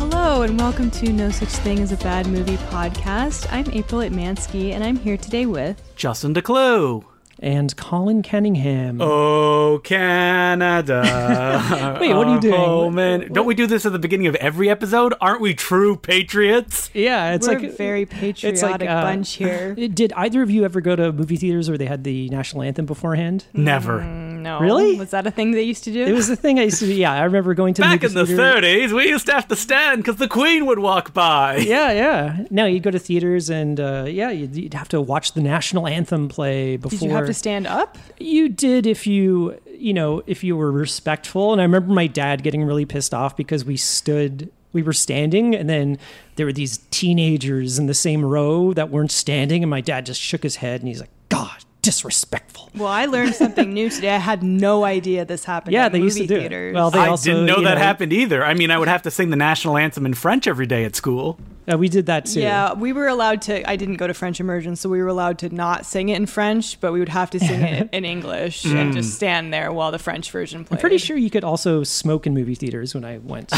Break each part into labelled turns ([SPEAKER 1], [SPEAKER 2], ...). [SPEAKER 1] Hello, and welcome to No Such Thing as a Bad Movie podcast. I'm April Atmansky, and I'm here today with.
[SPEAKER 2] Justin DeClue.
[SPEAKER 3] and Colin Cunningham.
[SPEAKER 2] Oh, Canada.
[SPEAKER 3] Wait, what are you doing?
[SPEAKER 2] Oh, man. Don't we do this at the beginning of every episode? Aren't we true patriots?
[SPEAKER 3] yeah, it's
[SPEAKER 1] We're
[SPEAKER 3] like
[SPEAKER 1] a very patriotic
[SPEAKER 3] it's like, uh,
[SPEAKER 1] bunch here.
[SPEAKER 3] Did either of you ever go to movie theaters where they had the national anthem beforehand?
[SPEAKER 2] Never.
[SPEAKER 1] no.
[SPEAKER 3] Really?
[SPEAKER 1] Was that a thing they used to do?
[SPEAKER 3] It was the thing I used to. Yeah, I remember going to
[SPEAKER 2] Back
[SPEAKER 3] the
[SPEAKER 2] in
[SPEAKER 3] movie
[SPEAKER 2] the
[SPEAKER 3] theater.
[SPEAKER 2] 30s, we used to have to stand because the Queen would walk by.
[SPEAKER 3] Yeah, yeah. No, you'd go to theaters and uh, yeah, you'd, you'd have to watch the national anthem play before.
[SPEAKER 1] Did you have to stand up?
[SPEAKER 3] You did if you you know if you were respectful. And I remember my dad getting really pissed off because we stood. We were standing, and then there were these teenagers in the same row that weren't standing. And my dad just shook his head and he's like, God, disrespectful.
[SPEAKER 1] Well, I learned something new today. I had no idea this happened.
[SPEAKER 3] Yeah,
[SPEAKER 1] at
[SPEAKER 3] they used to
[SPEAKER 1] movie
[SPEAKER 3] do it.
[SPEAKER 1] theaters.
[SPEAKER 3] Well, they-
[SPEAKER 2] I
[SPEAKER 3] also,
[SPEAKER 2] didn't know
[SPEAKER 3] you
[SPEAKER 2] that
[SPEAKER 3] know-
[SPEAKER 2] happened either. I mean, I would have to sing the national anthem in French every day at school.
[SPEAKER 3] Uh, we did that too.
[SPEAKER 1] yeah, we were allowed to. I didn't go to French immersion, so we were allowed to not sing it in French, but we would have to sing it in English and just stand there while the French version played.
[SPEAKER 3] Mm. I'm pretty sure you could also smoke in movie theaters when I went.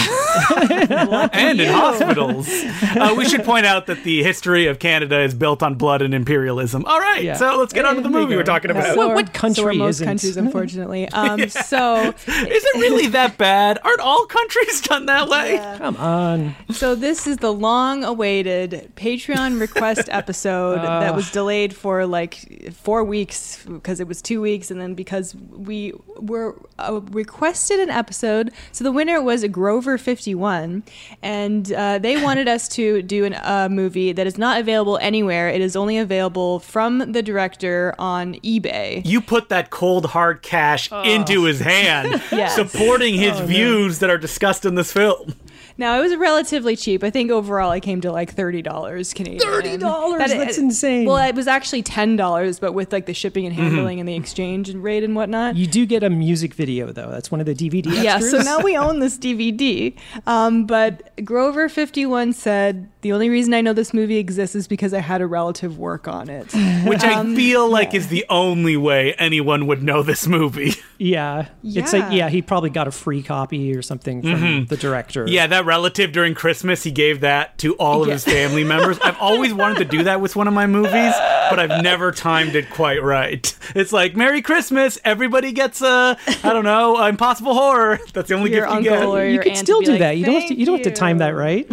[SPEAKER 2] and in hospitals. Uh, we should point out that the history of Canada is built on blood and imperialism. All right,
[SPEAKER 3] Yeah.
[SPEAKER 2] so let's get on to the
[SPEAKER 3] There you
[SPEAKER 2] movie
[SPEAKER 3] go.
[SPEAKER 2] we're talking
[SPEAKER 3] Yeah.
[SPEAKER 2] about.
[SPEAKER 3] What-
[SPEAKER 1] are-
[SPEAKER 3] what
[SPEAKER 1] so are
[SPEAKER 3] country
[SPEAKER 1] most
[SPEAKER 3] isn't?
[SPEAKER 1] countries, unfortunately. Um, So
[SPEAKER 2] Is it really that bad? Aren't all countries done that way?
[SPEAKER 3] Come on.
[SPEAKER 1] So this is the long-awaited Patreon request episode that was delayed for like four weeks because it was two weeks, and then because we were uh, requested an episode. So the winner was Grover Fifty One, and uh, they wanted us to do an, a movie that is not available anywhere. It is only available from the director on eBay.
[SPEAKER 2] You put that cold hard cash into his hand,
[SPEAKER 1] Oh. Yes. Oh,
[SPEAKER 2] supporting his views that are discussed in this film.
[SPEAKER 1] Now it was relatively cheap. I think overall I came to like thirty dollars Canadian.
[SPEAKER 3] $30?
[SPEAKER 1] That-
[SPEAKER 3] That's insane.
[SPEAKER 1] Well, it was actually ten dollars, but with like the shipping and
[SPEAKER 3] Mm-hmm.
[SPEAKER 1] handling and the exchange and rate and whatnot.
[SPEAKER 3] You do get a music video though. That's one of the DVD extras.
[SPEAKER 1] Yeah, so now we own this DVD. Um, but Grover51 said, The only reason I know this movie exists is because I had a relative work on it.
[SPEAKER 2] Which
[SPEAKER 1] Um,
[SPEAKER 2] I feel like is the only way anyone would know this movie.
[SPEAKER 3] yeah. It's like
[SPEAKER 1] Yeah.
[SPEAKER 3] yeah, he probably got a free copy or something from the director.
[SPEAKER 2] Yeah, that relative during Christmas, he gave that to all of
[SPEAKER 1] Yeah.
[SPEAKER 2] his family members. I've always wanted to do that with one of my movies, but I've never timed it quite right. It's like Merry Christmas, everybody gets a I don't know, a Impossible Horror. That's the only
[SPEAKER 1] Your
[SPEAKER 2] gift you
[SPEAKER 1] uncle
[SPEAKER 2] get.
[SPEAKER 1] or
[SPEAKER 3] You
[SPEAKER 1] your
[SPEAKER 3] could
[SPEAKER 1] aunt
[SPEAKER 3] still
[SPEAKER 1] would be
[SPEAKER 3] do
[SPEAKER 1] like,
[SPEAKER 3] that. You don't have to,
[SPEAKER 1] "Thank
[SPEAKER 3] you don't have to time that
[SPEAKER 1] you."
[SPEAKER 3] right.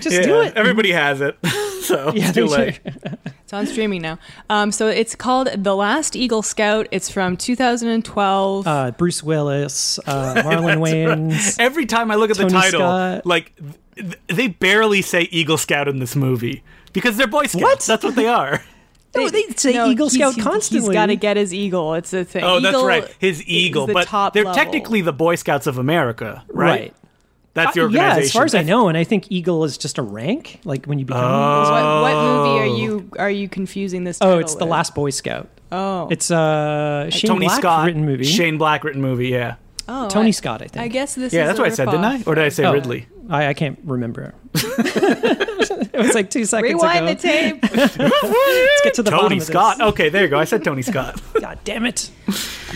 [SPEAKER 3] Just
[SPEAKER 2] Yeah,
[SPEAKER 3] do it.
[SPEAKER 2] Everybody has it, so
[SPEAKER 3] Yeah,
[SPEAKER 2] it's too
[SPEAKER 3] they do.
[SPEAKER 2] late.
[SPEAKER 1] It's on streaming now. Um, so it's called The Last Eagle Scout. It's from 2012.
[SPEAKER 3] Uh, Bruce Willis, uh, Marlon Wayans.
[SPEAKER 2] Every time I look at the
[SPEAKER 3] Tony
[SPEAKER 2] title,
[SPEAKER 3] Scott.
[SPEAKER 2] like th- th- they barely say Eagle Scout in this movie because they're Boy Scouts.
[SPEAKER 3] What?
[SPEAKER 2] That's what they are.
[SPEAKER 3] No, they say
[SPEAKER 1] No,
[SPEAKER 3] Eagle
[SPEAKER 1] he's-
[SPEAKER 3] Scout
[SPEAKER 1] he's-
[SPEAKER 3] constantly.
[SPEAKER 1] He's got to get his eagle. It's a thing.
[SPEAKER 2] Oh, that's
[SPEAKER 1] Eagle
[SPEAKER 2] right. His
[SPEAKER 1] is
[SPEAKER 2] Eagle,
[SPEAKER 1] the
[SPEAKER 2] but
[SPEAKER 1] top
[SPEAKER 2] they're
[SPEAKER 1] level.
[SPEAKER 2] technically the Boy Scouts of America, right?
[SPEAKER 3] Right.
[SPEAKER 2] That's the
[SPEAKER 3] Uh, yeah,
[SPEAKER 2] organization. Oh.
[SPEAKER 3] as far as I know, and I think Eagle is just a rank. Like when you become. an Eagle
[SPEAKER 1] What,
[SPEAKER 3] Scout.
[SPEAKER 1] what movie are you are you confusing this?
[SPEAKER 3] Oh,
[SPEAKER 1] title
[SPEAKER 3] it's the
[SPEAKER 1] with?
[SPEAKER 3] Last Boy Scout.
[SPEAKER 1] Oh,
[SPEAKER 3] It's uh, Shane
[SPEAKER 2] Tony
[SPEAKER 3] Black
[SPEAKER 2] Scott
[SPEAKER 3] written movie.
[SPEAKER 2] Shane Black written movie. Yeah,
[SPEAKER 1] oh,
[SPEAKER 3] Tony
[SPEAKER 1] I-
[SPEAKER 3] Scott, I think.
[SPEAKER 1] I guess this.
[SPEAKER 2] yeah.
[SPEAKER 1] is
[SPEAKER 2] That's
[SPEAKER 1] a
[SPEAKER 2] what I said, didn't I?
[SPEAKER 1] ripoff.
[SPEAKER 2] Or did I say
[SPEAKER 3] Oh.
[SPEAKER 2] Ridley?
[SPEAKER 3] I, I can't remember. it was like two seconds
[SPEAKER 1] Rewind
[SPEAKER 3] ago.
[SPEAKER 1] the tape.
[SPEAKER 3] Let's get to the bottom
[SPEAKER 2] Tony
[SPEAKER 3] of this.
[SPEAKER 2] Scott. Okay, there you go. I said Tony Scott.
[SPEAKER 3] God damn it!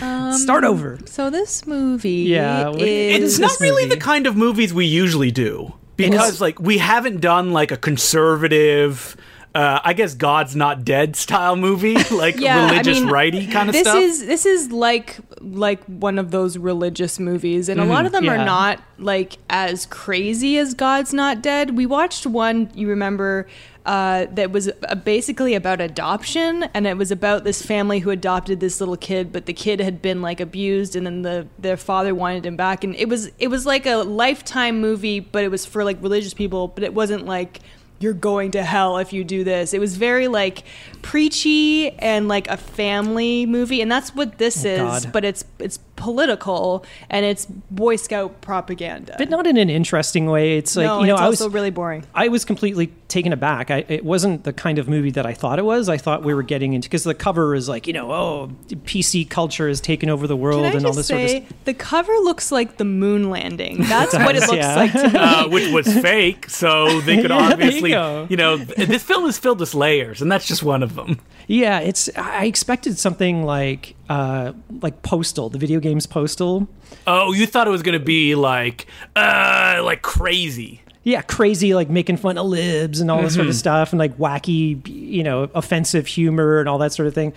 [SPEAKER 1] Um,
[SPEAKER 3] Start over.
[SPEAKER 1] so this movie
[SPEAKER 3] Yeah, what-
[SPEAKER 1] is
[SPEAKER 2] it's
[SPEAKER 3] is
[SPEAKER 2] not
[SPEAKER 3] this
[SPEAKER 2] really
[SPEAKER 3] movie?
[SPEAKER 2] the kind of movies we usually do because like we haven't done like a conservative uh, I guess God's not dead style movie, like
[SPEAKER 1] Yeah, I
[SPEAKER 2] religious
[SPEAKER 1] mean,
[SPEAKER 2] righty kind of
[SPEAKER 1] this
[SPEAKER 2] stuff.
[SPEAKER 1] is this is like like one of those religious movies and a lot of them are
[SPEAKER 3] Mm-hmm. yeah.
[SPEAKER 1] not like as crazy as god's not dead we watched one you remember uh, that was uh, basically about adoption and it was about this family who adopted this little kid but the kid had been like abused and then the their father wanted him back and it was it was like a lifetime movie but it was for like religious people but it wasn't like you're going to hell if you do this. It was very like preachy and like a family movie, and that's what this is.
[SPEAKER 3] God.
[SPEAKER 1] But it's it's political and it's Boy Scout propaganda.
[SPEAKER 3] but not in an interesting way. It's like
[SPEAKER 1] no,
[SPEAKER 3] you know,
[SPEAKER 1] it's
[SPEAKER 3] I was
[SPEAKER 1] also really boring.
[SPEAKER 3] I was completely taken aback. I, it wasn't the kind of movie that I thought it was. I thought we were getting into because the cover is like you know, oh, PC culture has taken over the world
[SPEAKER 1] Can I
[SPEAKER 3] and
[SPEAKER 1] just
[SPEAKER 3] all this
[SPEAKER 1] say
[SPEAKER 3] sort of.
[SPEAKER 1] the cover looks like the moon landing? That's what it
[SPEAKER 3] does,
[SPEAKER 1] looks
[SPEAKER 3] yeah.
[SPEAKER 1] like to me.
[SPEAKER 2] uh, which was fake, so they could
[SPEAKER 3] Yeah, there you
[SPEAKER 2] obviously,
[SPEAKER 3] go.
[SPEAKER 2] you know, th- this film is filled with layers, and that's just one of them.
[SPEAKER 3] Yeah, it's. I expected something like uh, like Postal, the video games Postal.
[SPEAKER 2] Oh, you thought it was going to be like, uh, like crazy.
[SPEAKER 3] yeah, crazy like making fun of libs and all this
[SPEAKER 1] Mm-hmm.
[SPEAKER 3] sort of stuff and like wacky, you know, offensive humor and all that sort of thing.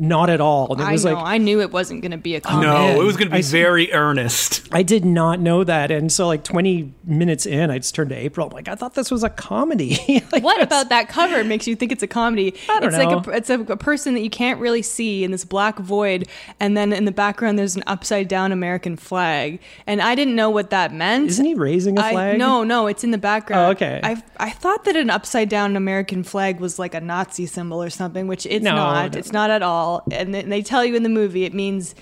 [SPEAKER 3] Not at all. And it
[SPEAKER 1] I
[SPEAKER 3] was
[SPEAKER 1] know.
[SPEAKER 3] like
[SPEAKER 1] I knew it wasn't going to be a comedy.
[SPEAKER 2] no,
[SPEAKER 3] man.
[SPEAKER 2] it was going to be
[SPEAKER 3] I see.
[SPEAKER 2] very earnest.
[SPEAKER 3] I did not know that. And so like 20 minutes in, I just turned to April. I'm like, I thought this was a comedy. like,
[SPEAKER 1] What about that cover makes you think it's a comedy?
[SPEAKER 3] I don't
[SPEAKER 1] it's like
[SPEAKER 3] know.
[SPEAKER 1] a, it's a, a person that you can't really see in this black void, and then in the background there's an upside down American flag, and I didn't know what that meant.
[SPEAKER 3] Isn't he raising a flag?
[SPEAKER 1] I, no, no, it's in the background.
[SPEAKER 3] Oh, okay.
[SPEAKER 1] I I thought that an upside down American flag was like a Nazi symbol or something, which it's
[SPEAKER 3] No,
[SPEAKER 1] not.
[SPEAKER 3] no.
[SPEAKER 1] It's not at all. And they, they tell you in the movie it means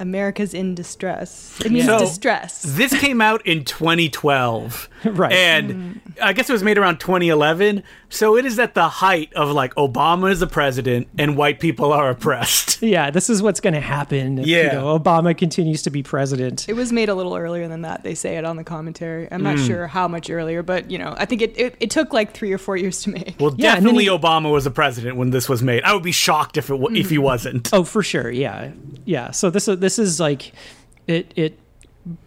[SPEAKER 1] America's in distress. It means
[SPEAKER 2] So-
[SPEAKER 1] distress.
[SPEAKER 2] This came out in 2012.
[SPEAKER 3] Right. Mm.
[SPEAKER 2] And I guess it was made around 2011. So it is at the height of like Obama is the president and white people are oppressed.
[SPEAKER 3] Yeah, this is what's going to happen. If,
[SPEAKER 2] Yeah.
[SPEAKER 3] You know, Obama continues to be president.
[SPEAKER 1] It was made a little earlier than that. They say it on the commentary. I'm
[SPEAKER 3] Mm.
[SPEAKER 1] not sure how much earlier, but you know, I think it, it, it took like three or four years to make.
[SPEAKER 2] Well,
[SPEAKER 3] Yeah, and then
[SPEAKER 2] definitely
[SPEAKER 3] he-
[SPEAKER 2] Obama was the president when this was made. I would be shocked if it wa- if he wasn't.
[SPEAKER 3] Oh, for sure. Yeah, yeah. So this this is like it it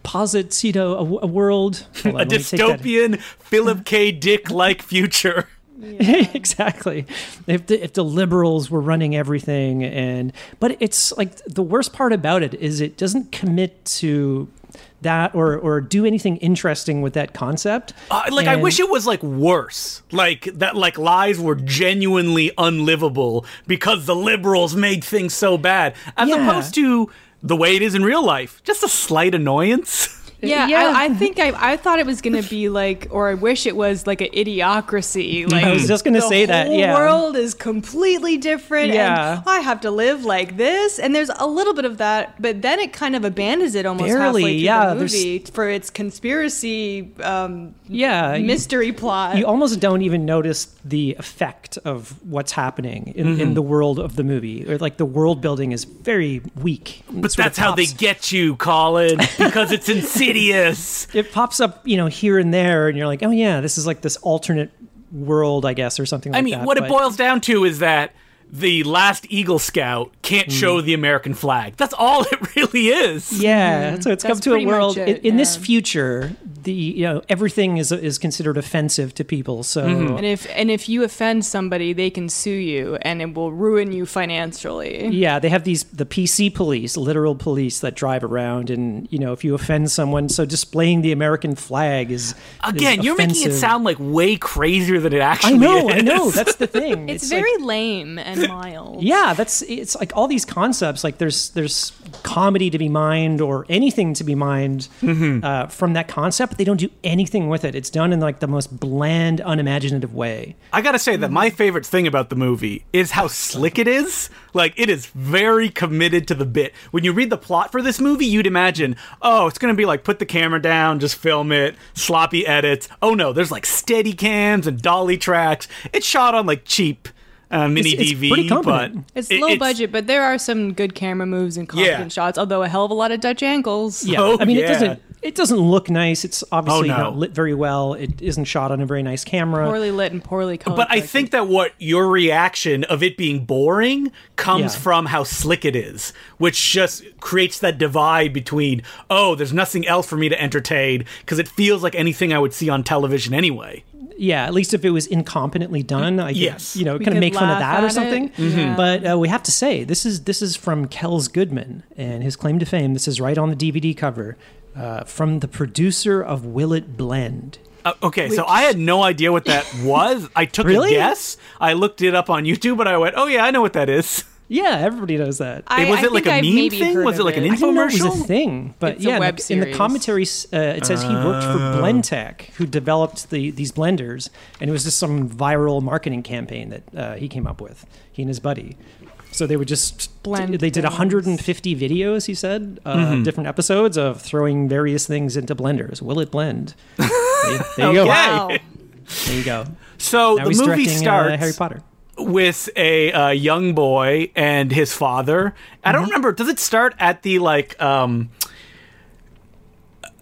[SPEAKER 3] posits you know a, w- a world Hold on,
[SPEAKER 2] A
[SPEAKER 3] let me take that-
[SPEAKER 2] dystopian Philip K. Dick like future.
[SPEAKER 3] exactly. If the, if the liberals were running everything, and but it's like the worst part about it is it doesn't commit to that or or do anything interesting with that concept.
[SPEAKER 2] Uh, like I
[SPEAKER 3] And-
[SPEAKER 2] wish it was like worse. Like that like lies were genuinely unlivable because the liberals made things so bad. As
[SPEAKER 3] Yeah.
[SPEAKER 2] opposed to the way it is in real life. Just a slight annoyance.
[SPEAKER 1] Yeah,
[SPEAKER 3] Yeah.
[SPEAKER 1] I, I think I, I thought it was gonna be like, or I wish it was like an idiocracy. Like
[SPEAKER 3] I was just gonna
[SPEAKER 1] the
[SPEAKER 3] say that,
[SPEAKER 1] whole
[SPEAKER 3] yeah.
[SPEAKER 1] world is completely different.
[SPEAKER 3] Yeah.
[SPEAKER 1] and I have to live like this, and there's a little bit of that, but then it kind of abandons it almost
[SPEAKER 3] Barely,
[SPEAKER 1] halfway through
[SPEAKER 3] yeah,
[SPEAKER 1] the
[SPEAKER 3] there's-
[SPEAKER 1] movie for its conspiracy um,
[SPEAKER 3] Yeah, you-
[SPEAKER 1] mystery plot.
[SPEAKER 3] you almost don't even notice the effect of what's happening in,
[SPEAKER 2] Mm-hmm.
[SPEAKER 3] in the world of the movie or like the world building is very weak
[SPEAKER 2] But that's how they get you, Colin, because it's insidious.
[SPEAKER 3] it pops up you know here and there and you're like oh yeah this is like this alternate world i guess or something like
[SPEAKER 2] I
[SPEAKER 3] that
[SPEAKER 2] mean, what it
[SPEAKER 3] but-
[SPEAKER 2] boils down to is that the last Eagle Scout can't
[SPEAKER 3] Mm.
[SPEAKER 2] show the American flag. That's all it really is.
[SPEAKER 3] yeah
[SPEAKER 2] Mm-hmm.
[SPEAKER 3] so it's come
[SPEAKER 1] That's
[SPEAKER 3] to a
[SPEAKER 1] pretty much
[SPEAKER 3] world
[SPEAKER 1] it,
[SPEAKER 3] in, in this
[SPEAKER 1] yeah.
[SPEAKER 3] future the you know everything is is considered offensive to people so
[SPEAKER 2] Mm-hmm.
[SPEAKER 1] And if and if you offend somebody, they can sue you, and it will ruin you financially.
[SPEAKER 3] Yeah, they have these the PC police, literal police that drive around, and you know if you offend someone, so displaying the American flag is
[SPEAKER 2] Again,
[SPEAKER 3] is
[SPEAKER 2] you're making it
[SPEAKER 3] offensive.
[SPEAKER 2] sound like way crazier than it actually
[SPEAKER 3] I know,
[SPEAKER 2] is.
[SPEAKER 3] I know. That's the thing.
[SPEAKER 1] It's,
[SPEAKER 3] like-
[SPEAKER 1] very lame and mild.
[SPEAKER 3] yeah, that's it's like all these concepts. Like there's there's comedy to be mined or anything to be mined
[SPEAKER 2] Mm-hmm.
[SPEAKER 3] uh, from that concept, but they don't do anything with it. It's done in like the most bland, unimaginative way.
[SPEAKER 2] I gotta say that
[SPEAKER 3] Mm-hmm.
[SPEAKER 2] my favorite thing about the movie is how slick it is. Like, it is very committed to the bit. When you read the plot for this movie, you'd imagine, oh, it's gonna be like put the camera down, just film it, sloppy edits. Oh no, there's like steady cams and dolly tracks. It's shot on like cheap uh, mini
[SPEAKER 3] It's- it's
[SPEAKER 2] DV,
[SPEAKER 3] pretty
[SPEAKER 2] but
[SPEAKER 3] competent.
[SPEAKER 1] It's
[SPEAKER 2] it-
[SPEAKER 1] low budget, but there are some good camera moves and confident shots, although a hell of a lot of Dutch angles.
[SPEAKER 3] Yeah,
[SPEAKER 2] Oh,
[SPEAKER 3] I mean
[SPEAKER 2] yeah. Oh,
[SPEAKER 3] it doesn't it doesn't look nice. It's obviously
[SPEAKER 2] no.
[SPEAKER 3] not lit very well. It isn't shot on a very nice camera.
[SPEAKER 1] Poorly lit and poorly colored.
[SPEAKER 2] But I think that what your reaction of it being boring comes
[SPEAKER 3] Yeah.
[SPEAKER 2] from how slick it is, which just creates that divide between, oh, there's nothing else for me to entertain because it feels like anything I would see on television anyway.
[SPEAKER 3] yeah, at least if it was incompetently done, I could,
[SPEAKER 2] Yes.
[SPEAKER 3] you know,
[SPEAKER 1] We
[SPEAKER 3] kind of
[SPEAKER 1] could
[SPEAKER 3] make fun of
[SPEAKER 1] laugh
[SPEAKER 3] that
[SPEAKER 1] at
[SPEAKER 3] or
[SPEAKER 1] it.
[SPEAKER 3] something.
[SPEAKER 1] Mhm.
[SPEAKER 3] But uh, we have to say this is this is from Kells Goodman and his claim to fame. This is right on the DVD cover uh, from the producer of Will It Blend.
[SPEAKER 2] Uh, okay, so I had no idea what that was. I took a
[SPEAKER 3] Really?
[SPEAKER 2] guess. I looked it up on YouTube and I went, oh, yeah, I know what that is.
[SPEAKER 3] Yeah, everybody knows that.
[SPEAKER 1] I,
[SPEAKER 2] was
[SPEAKER 1] I
[SPEAKER 2] it like
[SPEAKER 1] think
[SPEAKER 2] a
[SPEAKER 1] I've
[SPEAKER 2] meme
[SPEAKER 1] maybe
[SPEAKER 2] thing?
[SPEAKER 1] heard
[SPEAKER 2] Was
[SPEAKER 1] of
[SPEAKER 2] it like an
[SPEAKER 3] I didn't know it was a
[SPEAKER 2] infomercial?
[SPEAKER 3] thing, but
[SPEAKER 1] It's a
[SPEAKER 3] yeah, in the-
[SPEAKER 1] web
[SPEAKER 3] in the
[SPEAKER 1] series.
[SPEAKER 3] commentary, s- uh, it says he worked for
[SPEAKER 2] Oh.
[SPEAKER 3] Blendtec, who developed the these blenders, and it was just some viral marketing campaign that uh, he came up with. He and his buddy. So they would just
[SPEAKER 1] Blend
[SPEAKER 3] They did
[SPEAKER 1] things.
[SPEAKER 3] 150 videos, he said, uh,
[SPEAKER 2] Mm-hmm.
[SPEAKER 3] different episodes of throwing various things into blenders. Will it blend? there you- there you go.
[SPEAKER 1] Wow.
[SPEAKER 3] There you go.
[SPEAKER 2] So
[SPEAKER 3] Now
[SPEAKER 2] the
[SPEAKER 3] he's
[SPEAKER 2] movie
[SPEAKER 3] directing
[SPEAKER 2] starts.
[SPEAKER 3] uh, Harry Potter.
[SPEAKER 2] with a uh, young boy and his father. I
[SPEAKER 3] Mm-hmm.
[SPEAKER 2] don't remember. Does it start at the like um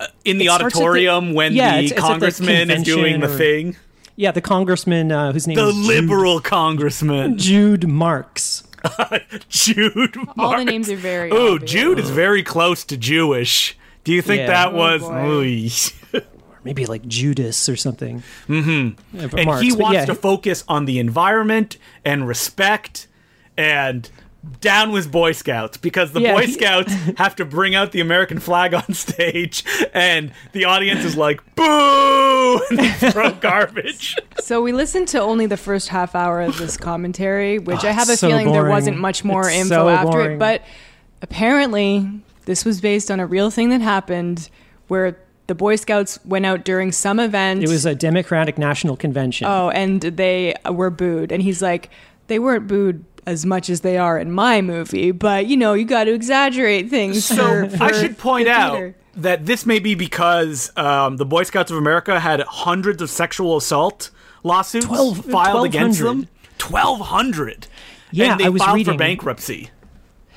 [SPEAKER 2] uh, in the
[SPEAKER 3] It starts at the-
[SPEAKER 2] auditorium when
[SPEAKER 3] yeah,
[SPEAKER 2] the
[SPEAKER 3] it's- it's at the
[SPEAKER 2] congressman is doing
[SPEAKER 3] convention
[SPEAKER 2] the
[SPEAKER 3] or-
[SPEAKER 2] thing?
[SPEAKER 3] Yeah, the congressman uh, whose name
[SPEAKER 2] The
[SPEAKER 3] is Jude-
[SPEAKER 2] liberal congressman
[SPEAKER 3] Jude Marks.
[SPEAKER 2] Jude.
[SPEAKER 1] All
[SPEAKER 2] Marks.
[SPEAKER 1] the names are very.
[SPEAKER 2] Ooh,
[SPEAKER 1] obvious.
[SPEAKER 2] Jude is very close to Jewish. Do you think
[SPEAKER 3] Yeah.
[SPEAKER 2] that
[SPEAKER 1] Oh,
[SPEAKER 2] was?
[SPEAKER 1] boy.
[SPEAKER 2] Ooh.
[SPEAKER 3] maybe like Judas or something. Mm-hmm.
[SPEAKER 2] and he wants to focus on the environment and respect and down with Boy Scouts because the
[SPEAKER 3] Yeah,
[SPEAKER 2] Boy
[SPEAKER 3] he-
[SPEAKER 2] Scouts have to bring out the American flag on stage and the audience is like boo and they throw garbage.
[SPEAKER 1] So we listened to only the first half hour of this commentary, which
[SPEAKER 3] Oh,
[SPEAKER 1] I have a
[SPEAKER 3] it's so
[SPEAKER 1] feeling there
[SPEAKER 3] boring.
[SPEAKER 1] wasn't much more
[SPEAKER 3] It's
[SPEAKER 1] info
[SPEAKER 3] so
[SPEAKER 1] after
[SPEAKER 3] boring.
[SPEAKER 1] it. But apparently, this was based on a real thing that happened where the Boy Scouts went out during some event.
[SPEAKER 3] it was a Democratic National Convention.
[SPEAKER 1] oh, and they were booed. And he's like, they weren't booed as much as they are in my movie, but you know, you got to exaggerate things.
[SPEAKER 2] So
[SPEAKER 1] for-
[SPEAKER 2] I
[SPEAKER 1] for
[SPEAKER 2] should point
[SPEAKER 1] the
[SPEAKER 2] out
[SPEAKER 1] theater.
[SPEAKER 2] that this may be because um, the Boy Scouts of America had hundreds of sexual assault lawsuits
[SPEAKER 3] Twelve-
[SPEAKER 2] filed against
[SPEAKER 3] 1,200.
[SPEAKER 2] them. Twelve hundred.
[SPEAKER 3] Yeah,
[SPEAKER 2] and they
[SPEAKER 3] I was
[SPEAKER 2] filed for
[SPEAKER 3] reading.
[SPEAKER 2] bankruptcy.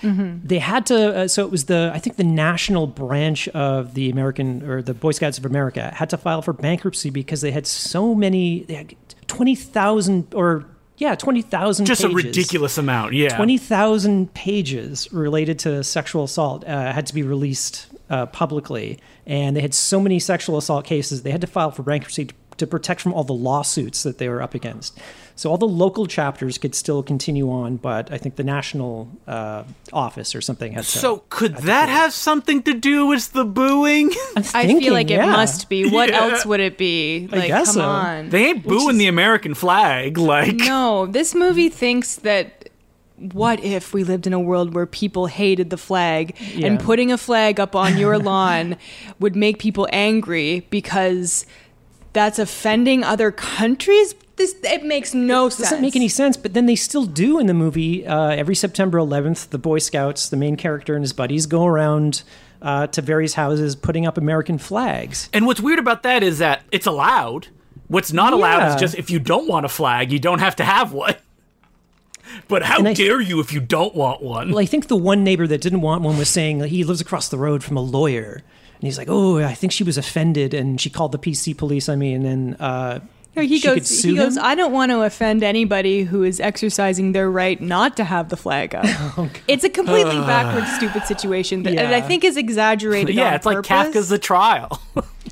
[SPEAKER 3] they had to uh, so it was the i think the national branch of the american or the boy scouts of america had to file for bankruptcy because they had so many they had 20000 or yeah 20000
[SPEAKER 2] Just a
[SPEAKER 3] pages.
[SPEAKER 2] ridiculous amount. Yeah.
[SPEAKER 3] 20000 pages related to sexual assault uh, had to be released uh, publicly and they had so many sexual assault cases they had to file for bankruptcy to, to protect from all the lawsuits that they were up against so all the local chapters could still continue on but i think the national uh, office or something had to
[SPEAKER 2] So could that have something to do with the booing?
[SPEAKER 1] I feel like it must be. What else would it be? Like,
[SPEAKER 3] guess
[SPEAKER 1] come
[SPEAKER 3] so.
[SPEAKER 1] on.
[SPEAKER 2] they ain't booing the American flag. Like
[SPEAKER 1] No, this movie thinks that what if we lived in a world where people hated the flag
[SPEAKER 3] Yeah.
[SPEAKER 1] and putting a flag up on your lawn would make people angry because that's offending other countries? This it makes no sense.
[SPEAKER 3] doesn't make any sense. But then they still do in the movie. Uh, every September 11th, the Boy Scouts, the main character and his buddies, go around uh, to various houses putting up American flags.
[SPEAKER 2] And what's weird about that is that it's allowed. What's not allowed
[SPEAKER 3] Yeah.
[SPEAKER 2] is just if you don't want a flag, you don't have to have one. But how
[SPEAKER 3] I-
[SPEAKER 2] dare you if you don't want one?
[SPEAKER 3] Well, I think the one neighbor that didn't want one was saying he lives across the road from a lawyer, and he's like, "Oh, I think she was offended, and she called the PC police on me." And then uh,
[SPEAKER 1] No, he
[SPEAKER 3] she could
[SPEAKER 1] goes
[SPEAKER 3] sue
[SPEAKER 1] he goes
[SPEAKER 3] him?
[SPEAKER 1] I don't want to offend anybody who is exercising their right not to have the flag up. it's a completely backward stupid situation that and I
[SPEAKER 3] Oh, Yeah.
[SPEAKER 1] think is exaggerated
[SPEAKER 2] yeah,
[SPEAKER 1] on
[SPEAKER 2] it's like
[SPEAKER 1] purpose.
[SPEAKER 2] Kafka's The Trial.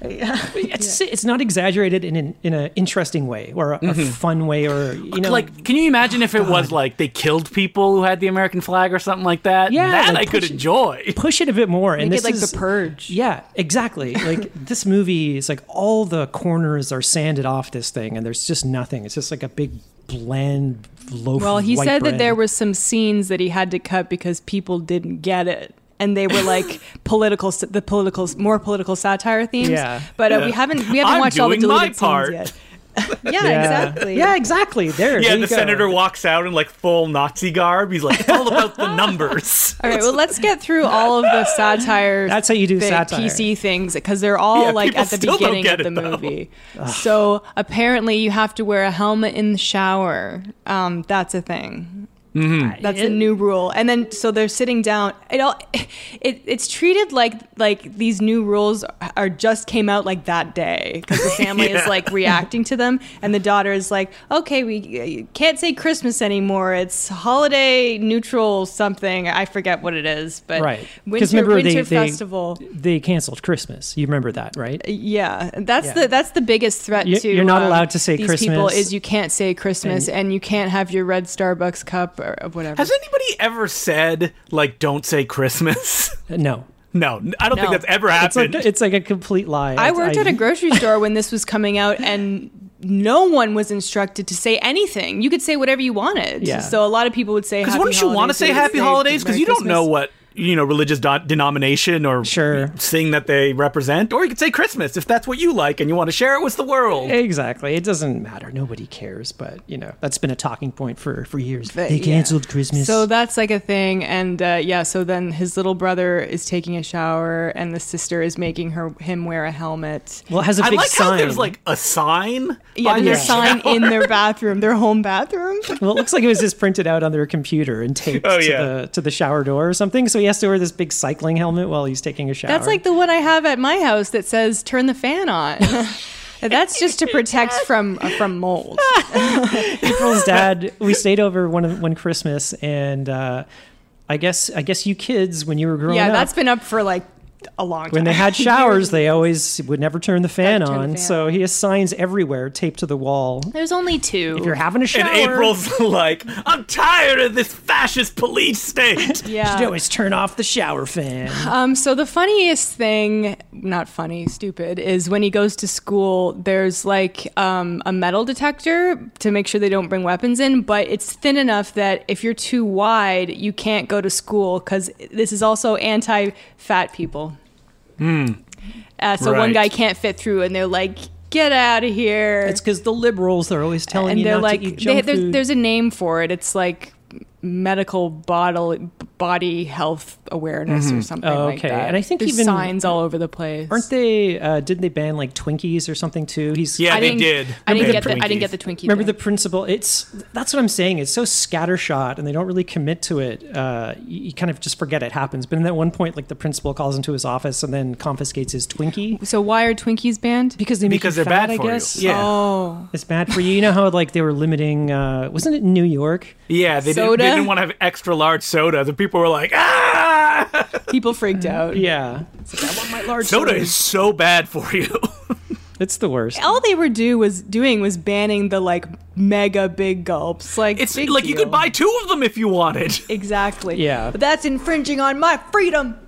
[SPEAKER 3] it's it's not exaggerated in an, in an interesting way or a,
[SPEAKER 1] Mm-hmm.
[SPEAKER 3] a fun way or you know
[SPEAKER 2] like, can you imagine if it was like they killed people who had the American flag or something like that?
[SPEAKER 3] Yeah,
[SPEAKER 2] that
[SPEAKER 3] like
[SPEAKER 2] I could
[SPEAKER 3] push it-
[SPEAKER 2] enjoy.
[SPEAKER 3] push it a bit more. and
[SPEAKER 1] Make
[SPEAKER 3] this
[SPEAKER 1] it like
[SPEAKER 3] is
[SPEAKER 1] The Purge.
[SPEAKER 3] Yeah, exactly. Like this movie is like all the corners are sanded off this thing, and there's just nothing. It's just like a big bland loaf.
[SPEAKER 1] Well,
[SPEAKER 3] of
[SPEAKER 1] he
[SPEAKER 3] white
[SPEAKER 1] said that
[SPEAKER 3] bread.
[SPEAKER 1] there were some scenes that he had to cut because people didn't get it. And they were like political, the political, more political satire themes.
[SPEAKER 3] Yeah.
[SPEAKER 1] But uh, we haven't we haven't
[SPEAKER 2] I'm
[SPEAKER 1] watched all the
[SPEAKER 2] doing my
[SPEAKER 1] deleted
[SPEAKER 2] part.
[SPEAKER 1] scenes yet. yeah,
[SPEAKER 3] Yeah.
[SPEAKER 1] exactly.
[SPEAKER 3] Yeah, exactly. There.
[SPEAKER 2] Yeah,
[SPEAKER 3] there
[SPEAKER 2] the
[SPEAKER 3] you go.
[SPEAKER 2] senator walks out in like full Nazi garb. He's like, it's all about the numbers.
[SPEAKER 1] All right. Well, let's get through all of the satire.
[SPEAKER 3] That's how you do
[SPEAKER 1] thi-
[SPEAKER 3] satire.
[SPEAKER 1] PC things because they're all
[SPEAKER 2] Yeah,
[SPEAKER 1] like
[SPEAKER 2] people
[SPEAKER 1] at the
[SPEAKER 2] still don't
[SPEAKER 1] beginning
[SPEAKER 2] get
[SPEAKER 1] of the
[SPEAKER 2] it, though.
[SPEAKER 1] movie. So apparently, you have to wear a helmet in the shower. Um, that's a thing. That's a new rule. And then so they're sitting down. It all it, it's treated like like these new rules are just came out like that day because the family is
[SPEAKER 2] Yeah.
[SPEAKER 1] like reacting to them and the daughter is like, "Okay, we uh, can't say Christmas anymore. It's holiday neutral something. I forget what it is, but
[SPEAKER 3] Right. 'Cause
[SPEAKER 1] winter
[SPEAKER 3] remember
[SPEAKER 1] winter
[SPEAKER 3] they- they-
[SPEAKER 1] festival. Uh,
[SPEAKER 3] They canceled Christmas. You remember that, right?
[SPEAKER 1] Yeah, that's
[SPEAKER 3] Yeah.
[SPEAKER 1] the that's the biggest threat
[SPEAKER 3] You-
[SPEAKER 1] to
[SPEAKER 3] you're not
[SPEAKER 1] um,
[SPEAKER 3] allowed to say
[SPEAKER 1] these people
[SPEAKER 3] Christmas.
[SPEAKER 1] is you can't say Christmas and, you can't have your red Starbucks cup or or whatever.
[SPEAKER 2] Has anybody ever said like, don't say Christmas?
[SPEAKER 3] No.
[SPEAKER 2] No, n- I don't think
[SPEAKER 1] No.
[SPEAKER 2] that's ever
[SPEAKER 3] It's like
[SPEAKER 2] happened.
[SPEAKER 3] it's like a complete lie.
[SPEAKER 1] I worked at a grocery store when this was coming out, and no one was instructed to say anything. You could say whatever you wanted.
[SPEAKER 3] Yeah.
[SPEAKER 1] So a lot of people would say.
[SPEAKER 2] Because
[SPEAKER 1] Happy
[SPEAKER 2] wouldn't you want to
[SPEAKER 1] Holidays,
[SPEAKER 2] say
[SPEAKER 1] they would
[SPEAKER 2] happy holidays? Because
[SPEAKER 1] Merry
[SPEAKER 2] you don't know
[SPEAKER 1] Christmas.
[SPEAKER 2] what you know religious do- denomination or
[SPEAKER 3] Sure.
[SPEAKER 2] thing that they represent, or you could say Christmas if that's what you like and you want to share it with the world.
[SPEAKER 3] Exactly. It doesn't matter. Nobody cares. But you know that's been a talking point for for years.
[SPEAKER 1] But,
[SPEAKER 3] they
[SPEAKER 1] yeah.
[SPEAKER 3] canceled Christmas.
[SPEAKER 1] So that's like a thing, and uh, yeah. So then his little brother is taking a shower, and the sister is making her him wear a helmet.
[SPEAKER 3] well, it has a
[SPEAKER 2] I
[SPEAKER 3] big
[SPEAKER 2] like
[SPEAKER 3] sign.
[SPEAKER 2] how there's like a sign.
[SPEAKER 1] Yeah,
[SPEAKER 2] on
[SPEAKER 1] there's
[SPEAKER 2] your
[SPEAKER 1] a sign
[SPEAKER 2] shower.
[SPEAKER 1] in their bathroom, their home bathroom.
[SPEAKER 3] Well, it looks like it was just printed out on their computer and taped
[SPEAKER 2] Oh,
[SPEAKER 3] to
[SPEAKER 2] yeah.
[SPEAKER 3] the to the shower door or something. So he has to wear this big cycling helmet while he's taking a shower.
[SPEAKER 1] That's like the one I have at my house that says "Turn the fan on." that's just to protect from from mold.
[SPEAKER 3] April's dad. We stayed over one one Christmas, and uh, I guess I guess you kids when you were growing
[SPEAKER 1] yeah,
[SPEAKER 3] up.
[SPEAKER 1] that's been up for like a long time.
[SPEAKER 3] When they had showers, they always would never turn the fan
[SPEAKER 1] Never turn the
[SPEAKER 3] on.
[SPEAKER 1] fan
[SPEAKER 3] so he has signs everywhere taped to the wall.
[SPEAKER 1] There's only two.
[SPEAKER 3] If you're having a shower,
[SPEAKER 2] And April's like, I'm tired of this fascist police state.
[SPEAKER 3] what you
[SPEAKER 1] yeah.
[SPEAKER 3] do is turn off the shower fan.
[SPEAKER 1] Um, so the funniest thing, not funny, stupid, is when he goes to school, there's like um, a metal detector to make sure they don't bring weapons in, but it's thin enough that if you're too wide, you can't go to school because this is also anti fat people.
[SPEAKER 3] Hmm.
[SPEAKER 1] Uh, so one
[SPEAKER 2] Right.
[SPEAKER 1] guy can't fit through, and they're like, get out of here.
[SPEAKER 3] It's because the liberals are always telling
[SPEAKER 1] and
[SPEAKER 3] you
[SPEAKER 1] they're
[SPEAKER 3] not
[SPEAKER 1] like,
[SPEAKER 3] to eat
[SPEAKER 1] they,
[SPEAKER 3] junk
[SPEAKER 1] there's,
[SPEAKER 3] food.
[SPEAKER 1] there's a name for it. It's like medical bottle body health awareness or something
[SPEAKER 3] Oh,
[SPEAKER 1] like
[SPEAKER 3] okay.
[SPEAKER 1] that.
[SPEAKER 3] And I think
[SPEAKER 1] there's
[SPEAKER 3] even-
[SPEAKER 1] signs all over the place.
[SPEAKER 3] Aren't they? Uh, didn't they ban like Twinkies or something too? He's
[SPEAKER 2] Yeah,
[SPEAKER 1] I
[SPEAKER 2] they
[SPEAKER 1] didn't,
[SPEAKER 2] did.
[SPEAKER 1] I didn't
[SPEAKER 2] They
[SPEAKER 1] get the
[SPEAKER 2] banned
[SPEAKER 1] I didn't
[SPEAKER 2] Twinkies.
[SPEAKER 1] get the Twinkie.
[SPEAKER 3] Remember
[SPEAKER 1] thing.
[SPEAKER 3] the principle? It's that's what I'm saying. It's so scattershot, and they don't really commit to it. Uh, you, you kind of just forget it happens. But in that one point, like the principal calls into his office and then confiscates his Twinkie
[SPEAKER 1] so why are Twinkies banned?
[SPEAKER 3] because they make
[SPEAKER 2] Because
[SPEAKER 3] you
[SPEAKER 2] they're
[SPEAKER 3] fat,
[SPEAKER 2] bad
[SPEAKER 3] I
[SPEAKER 2] for you.
[SPEAKER 3] guess
[SPEAKER 2] Yeah.
[SPEAKER 1] Oh,
[SPEAKER 3] it's bad for you. You know how like they were limiting? Uh, wasn't it in New York?
[SPEAKER 2] Yeah, they, Didn't,
[SPEAKER 1] Soda?
[SPEAKER 2] they didn't want to have extra large soda. The people were like, ah!
[SPEAKER 1] people freaked out.
[SPEAKER 3] Yeah, it's like, I want my large
[SPEAKER 2] Soda
[SPEAKER 3] sodas.
[SPEAKER 2] is so bad for you.
[SPEAKER 3] It's the worst.
[SPEAKER 1] All they were do was doing was banning the like mega big gulps. Like
[SPEAKER 2] It's
[SPEAKER 1] big
[SPEAKER 2] like you could
[SPEAKER 1] deal.
[SPEAKER 2] buy two of them if you wanted.
[SPEAKER 1] exactly.
[SPEAKER 3] Yeah.
[SPEAKER 1] but that's infringing on my freedom.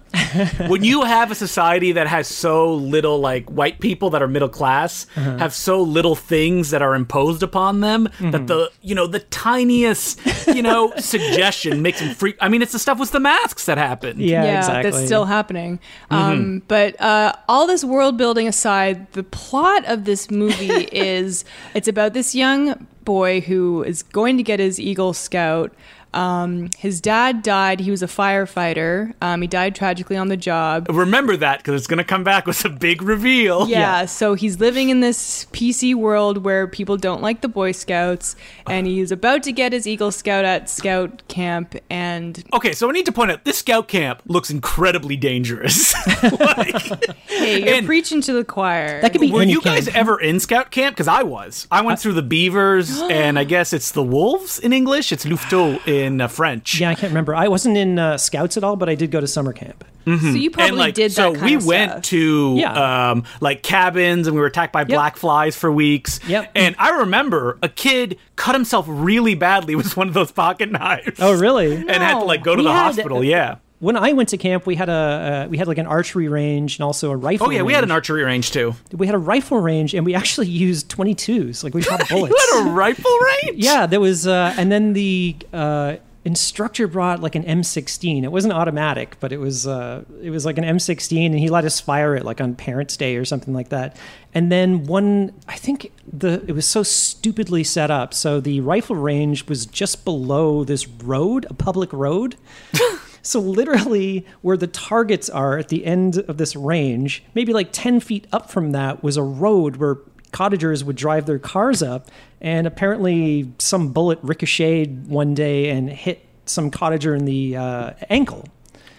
[SPEAKER 2] when you have a society that has so little like white people that are middle class have so little things that are imposed upon them that the you know the tiniest you know suggestion makes them freak i mean it's the stuff with the masks that happened
[SPEAKER 3] Yeah, exactly.
[SPEAKER 1] that's still happening. Um, but uh, all this world building aside, the plot of this movie is it's about this young boy who is going to get his Eagle Scout. Um, his dad died. He was a firefighter. Um, he died tragically on the job.
[SPEAKER 2] remember that because it's gonna come back with a big reveal
[SPEAKER 1] Yeah, so he's living in this PC world where people don't like the Boy Scouts, and he's about to get his Eagle Scout at Scout camp, and
[SPEAKER 2] okay so i need to point out this scout camp looks incredibly dangerous like,
[SPEAKER 1] hey, you're
[SPEAKER 2] And-
[SPEAKER 1] preaching to the choir.
[SPEAKER 3] That could be
[SPEAKER 2] were
[SPEAKER 3] any
[SPEAKER 2] you guys
[SPEAKER 3] kind.
[SPEAKER 2] ever in scout camp because i was i went through the beavers and i guess it's the wolves in english it's lufto in uh, french
[SPEAKER 3] Yeah, I can't remember. I wasn't in uh, scouts at all, but I did go to summer camp.
[SPEAKER 1] so you probably
[SPEAKER 2] and like
[SPEAKER 1] did that.
[SPEAKER 2] so
[SPEAKER 1] kind
[SPEAKER 2] we
[SPEAKER 1] of
[SPEAKER 2] went
[SPEAKER 1] stuff.
[SPEAKER 2] to
[SPEAKER 3] Yeah.
[SPEAKER 2] um like cabins and we were attacked by black flies for weeks
[SPEAKER 3] Yep.
[SPEAKER 2] and i remember a kid cut himself really badly with one of those pocket knives
[SPEAKER 3] Oh, really?
[SPEAKER 2] and had to like go to
[SPEAKER 3] We
[SPEAKER 2] the
[SPEAKER 3] had-
[SPEAKER 2] hospital yeah
[SPEAKER 3] when I went to camp, we had a uh, we had like an archery range and also a rifle.
[SPEAKER 2] oh yeah we had an
[SPEAKER 3] range.
[SPEAKER 2] archery range too
[SPEAKER 3] we had a rifle range and we actually used 22s. Like we shot bullets.
[SPEAKER 2] you had a rifle range
[SPEAKER 3] yeah, there was, uh, and then the uh, instructor brought like an M16. It wasn't automatic, but it was uh, it was like an M16, and he let us fire it like on Parents' Day or something like that. And then one, I think the it was so stupidly set up. So the rifle range was just below this road, a public road. So literally, where the targets are at the end of this range, maybe like ten feet up from that, was a road where cottagers would drive their cars up, and apparently some bullet ricocheted one day and hit some cottager in the uh, ankle.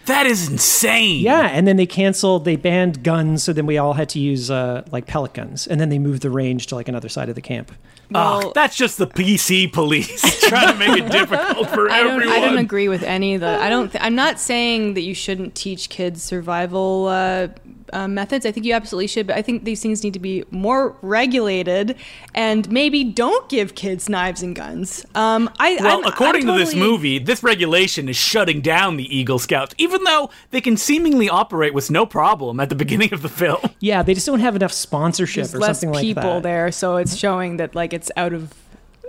[SPEAKER 2] that is insane
[SPEAKER 3] Yeah, and then they canceled. They banned guns, so then we all had to use uh, like pellet guns, and then they moved the range to like another side of the camp.
[SPEAKER 2] Ugh,
[SPEAKER 1] Well-
[SPEAKER 2] that's just the pc police trying to make it difficult for
[SPEAKER 1] I don't,
[SPEAKER 2] everyone
[SPEAKER 1] I don't agree with any of that. I don't. Th- I'm not saying that you shouldn't teach kids survival uh, uh, methods. I think you absolutely should, but I think these things need to be more regulated, and maybe don't give kids knives and guns. Um, I
[SPEAKER 2] Well,
[SPEAKER 1] I'm-
[SPEAKER 2] according
[SPEAKER 1] I'm
[SPEAKER 2] to this
[SPEAKER 1] totally-
[SPEAKER 2] movie, this regulation is shutting down the Eagle Scouts, even though they can seemingly operate with no problem at the beginning of the film.
[SPEAKER 3] Yeah, they just don't have enough sponsorship
[SPEAKER 1] there's
[SPEAKER 3] or
[SPEAKER 1] less
[SPEAKER 3] something like that.
[SPEAKER 1] people there, so it's showing that like it's out of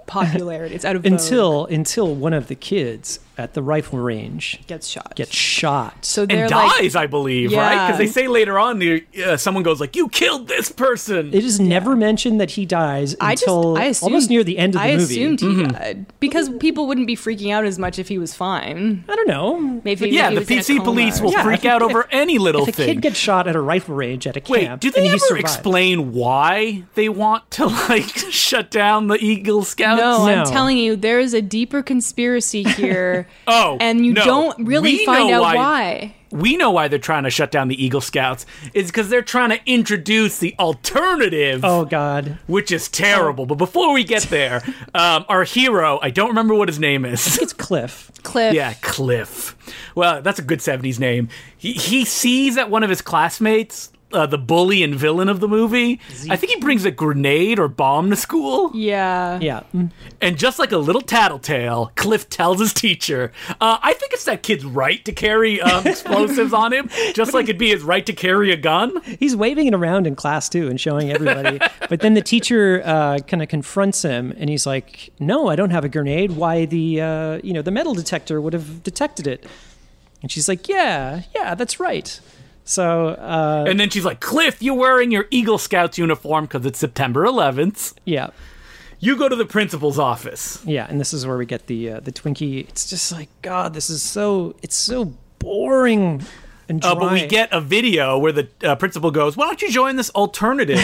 [SPEAKER 1] popularity. It's out of vogue.
[SPEAKER 3] until until one of the kids at the rifle range
[SPEAKER 1] gets shot.
[SPEAKER 3] gets shot.
[SPEAKER 1] so
[SPEAKER 2] And
[SPEAKER 1] they're like,
[SPEAKER 2] dies, I believe,
[SPEAKER 1] Yeah.
[SPEAKER 2] right? Because they say later on, the- uh, someone goes like, "You killed this person."
[SPEAKER 3] it is never mentioned that he dies
[SPEAKER 1] I just
[SPEAKER 3] until
[SPEAKER 1] I assumed,
[SPEAKER 3] almost near the end of the
[SPEAKER 1] I
[SPEAKER 3] movie.
[SPEAKER 1] assumed he
[SPEAKER 2] Mm-hmm.
[SPEAKER 1] died because people wouldn't be freaking out as much if he was fine.
[SPEAKER 3] I don't know.
[SPEAKER 1] Maybe
[SPEAKER 2] yeah,
[SPEAKER 1] he
[SPEAKER 2] the
[SPEAKER 1] was in a
[SPEAKER 2] PC
[SPEAKER 1] coma
[SPEAKER 2] police
[SPEAKER 1] or
[SPEAKER 2] will
[SPEAKER 3] Yeah,
[SPEAKER 2] freak
[SPEAKER 3] if-
[SPEAKER 2] out
[SPEAKER 3] if-
[SPEAKER 2] over any little
[SPEAKER 3] If a
[SPEAKER 2] thing.
[SPEAKER 3] kid gets shot at a rifle range at a camp,
[SPEAKER 2] Wait, do they
[SPEAKER 3] and he
[SPEAKER 2] ever
[SPEAKER 3] survived.
[SPEAKER 2] explain why they want to like shut down the Eagle Scouts?
[SPEAKER 1] No,
[SPEAKER 3] No.
[SPEAKER 1] I'm telling you, there is a deeper conspiracy here
[SPEAKER 2] Oh,
[SPEAKER 1] and you
[SPEAKER 2] no.
[SPEAKER 1] don't really
[SPEAKER 2] We
[SPEAKER 1] find
[SPEAKER 2] know
[SPEAKER 1] out
[SPEAKER 2] why-
[SPEAKER 1] why.
[SPEAKER 2] we know why they're trying to shut down the Eagle Scouts. It's because they're trying to introduce the alternative,
[SPEAKER 3] Oh God.
[SPEAKER 2] which is terrible. But before we get there, um, our hero, I don't remember what his name is.
[SPEAKER 3] It's Cliff.
[SPEAKER 1] Cliff.
[SPEAKER 2] Yeah, Cliff. Well, that's a good 70s name. He, he sees that one of his classmates, uh, the bully and villain of the movie, I think he brings a grenade or bomb to school.
[SPEAKER 1] Yeah.
[SPEAKER 3] Yeah. Mm.
[SPEAKER 2] And just like a little tattletale, Cliff tells his teacher, uh, I think it's that kid's right to carry um, explosives on him, just like it'd be his right to carry a gun.
[SPEAKER 3] He's waving it around in class too and showing everybody. but then the teacher uh, kind of confronts him and he's like, "No, I don't have a grenade. Why the uh, you know the metal detector would have detected it?" And she's like, "Yeah, yeah, that's right." So uh,
[SPEAKER 2] And then she's like, Cliff, you're wearing your Eagle Scouts uniform because it's September 11th.
[SPEAKER 3] yeah,
[SPEAKER 2] You go to the principal's office.
[SPEAKER 3] yeah, and this is where we get the uh, the Twinkie. It's just like God, this is so it's so boring and dry.
[SPEAKER 2] Uh, but we get a video where the uh, principal goes, "Why don't you join this alternative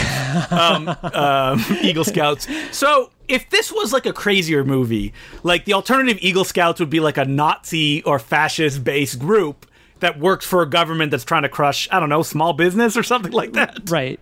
[SPEAKER 2] um, um, Eagle Scouts?" So if this was like a crazier movie, like the alternative Eagle Scouts would be like a Nazi or fascist-based group that works for a government that's trying to crush, I don't know, small business or something like that.
[SPEAKER 3] Right.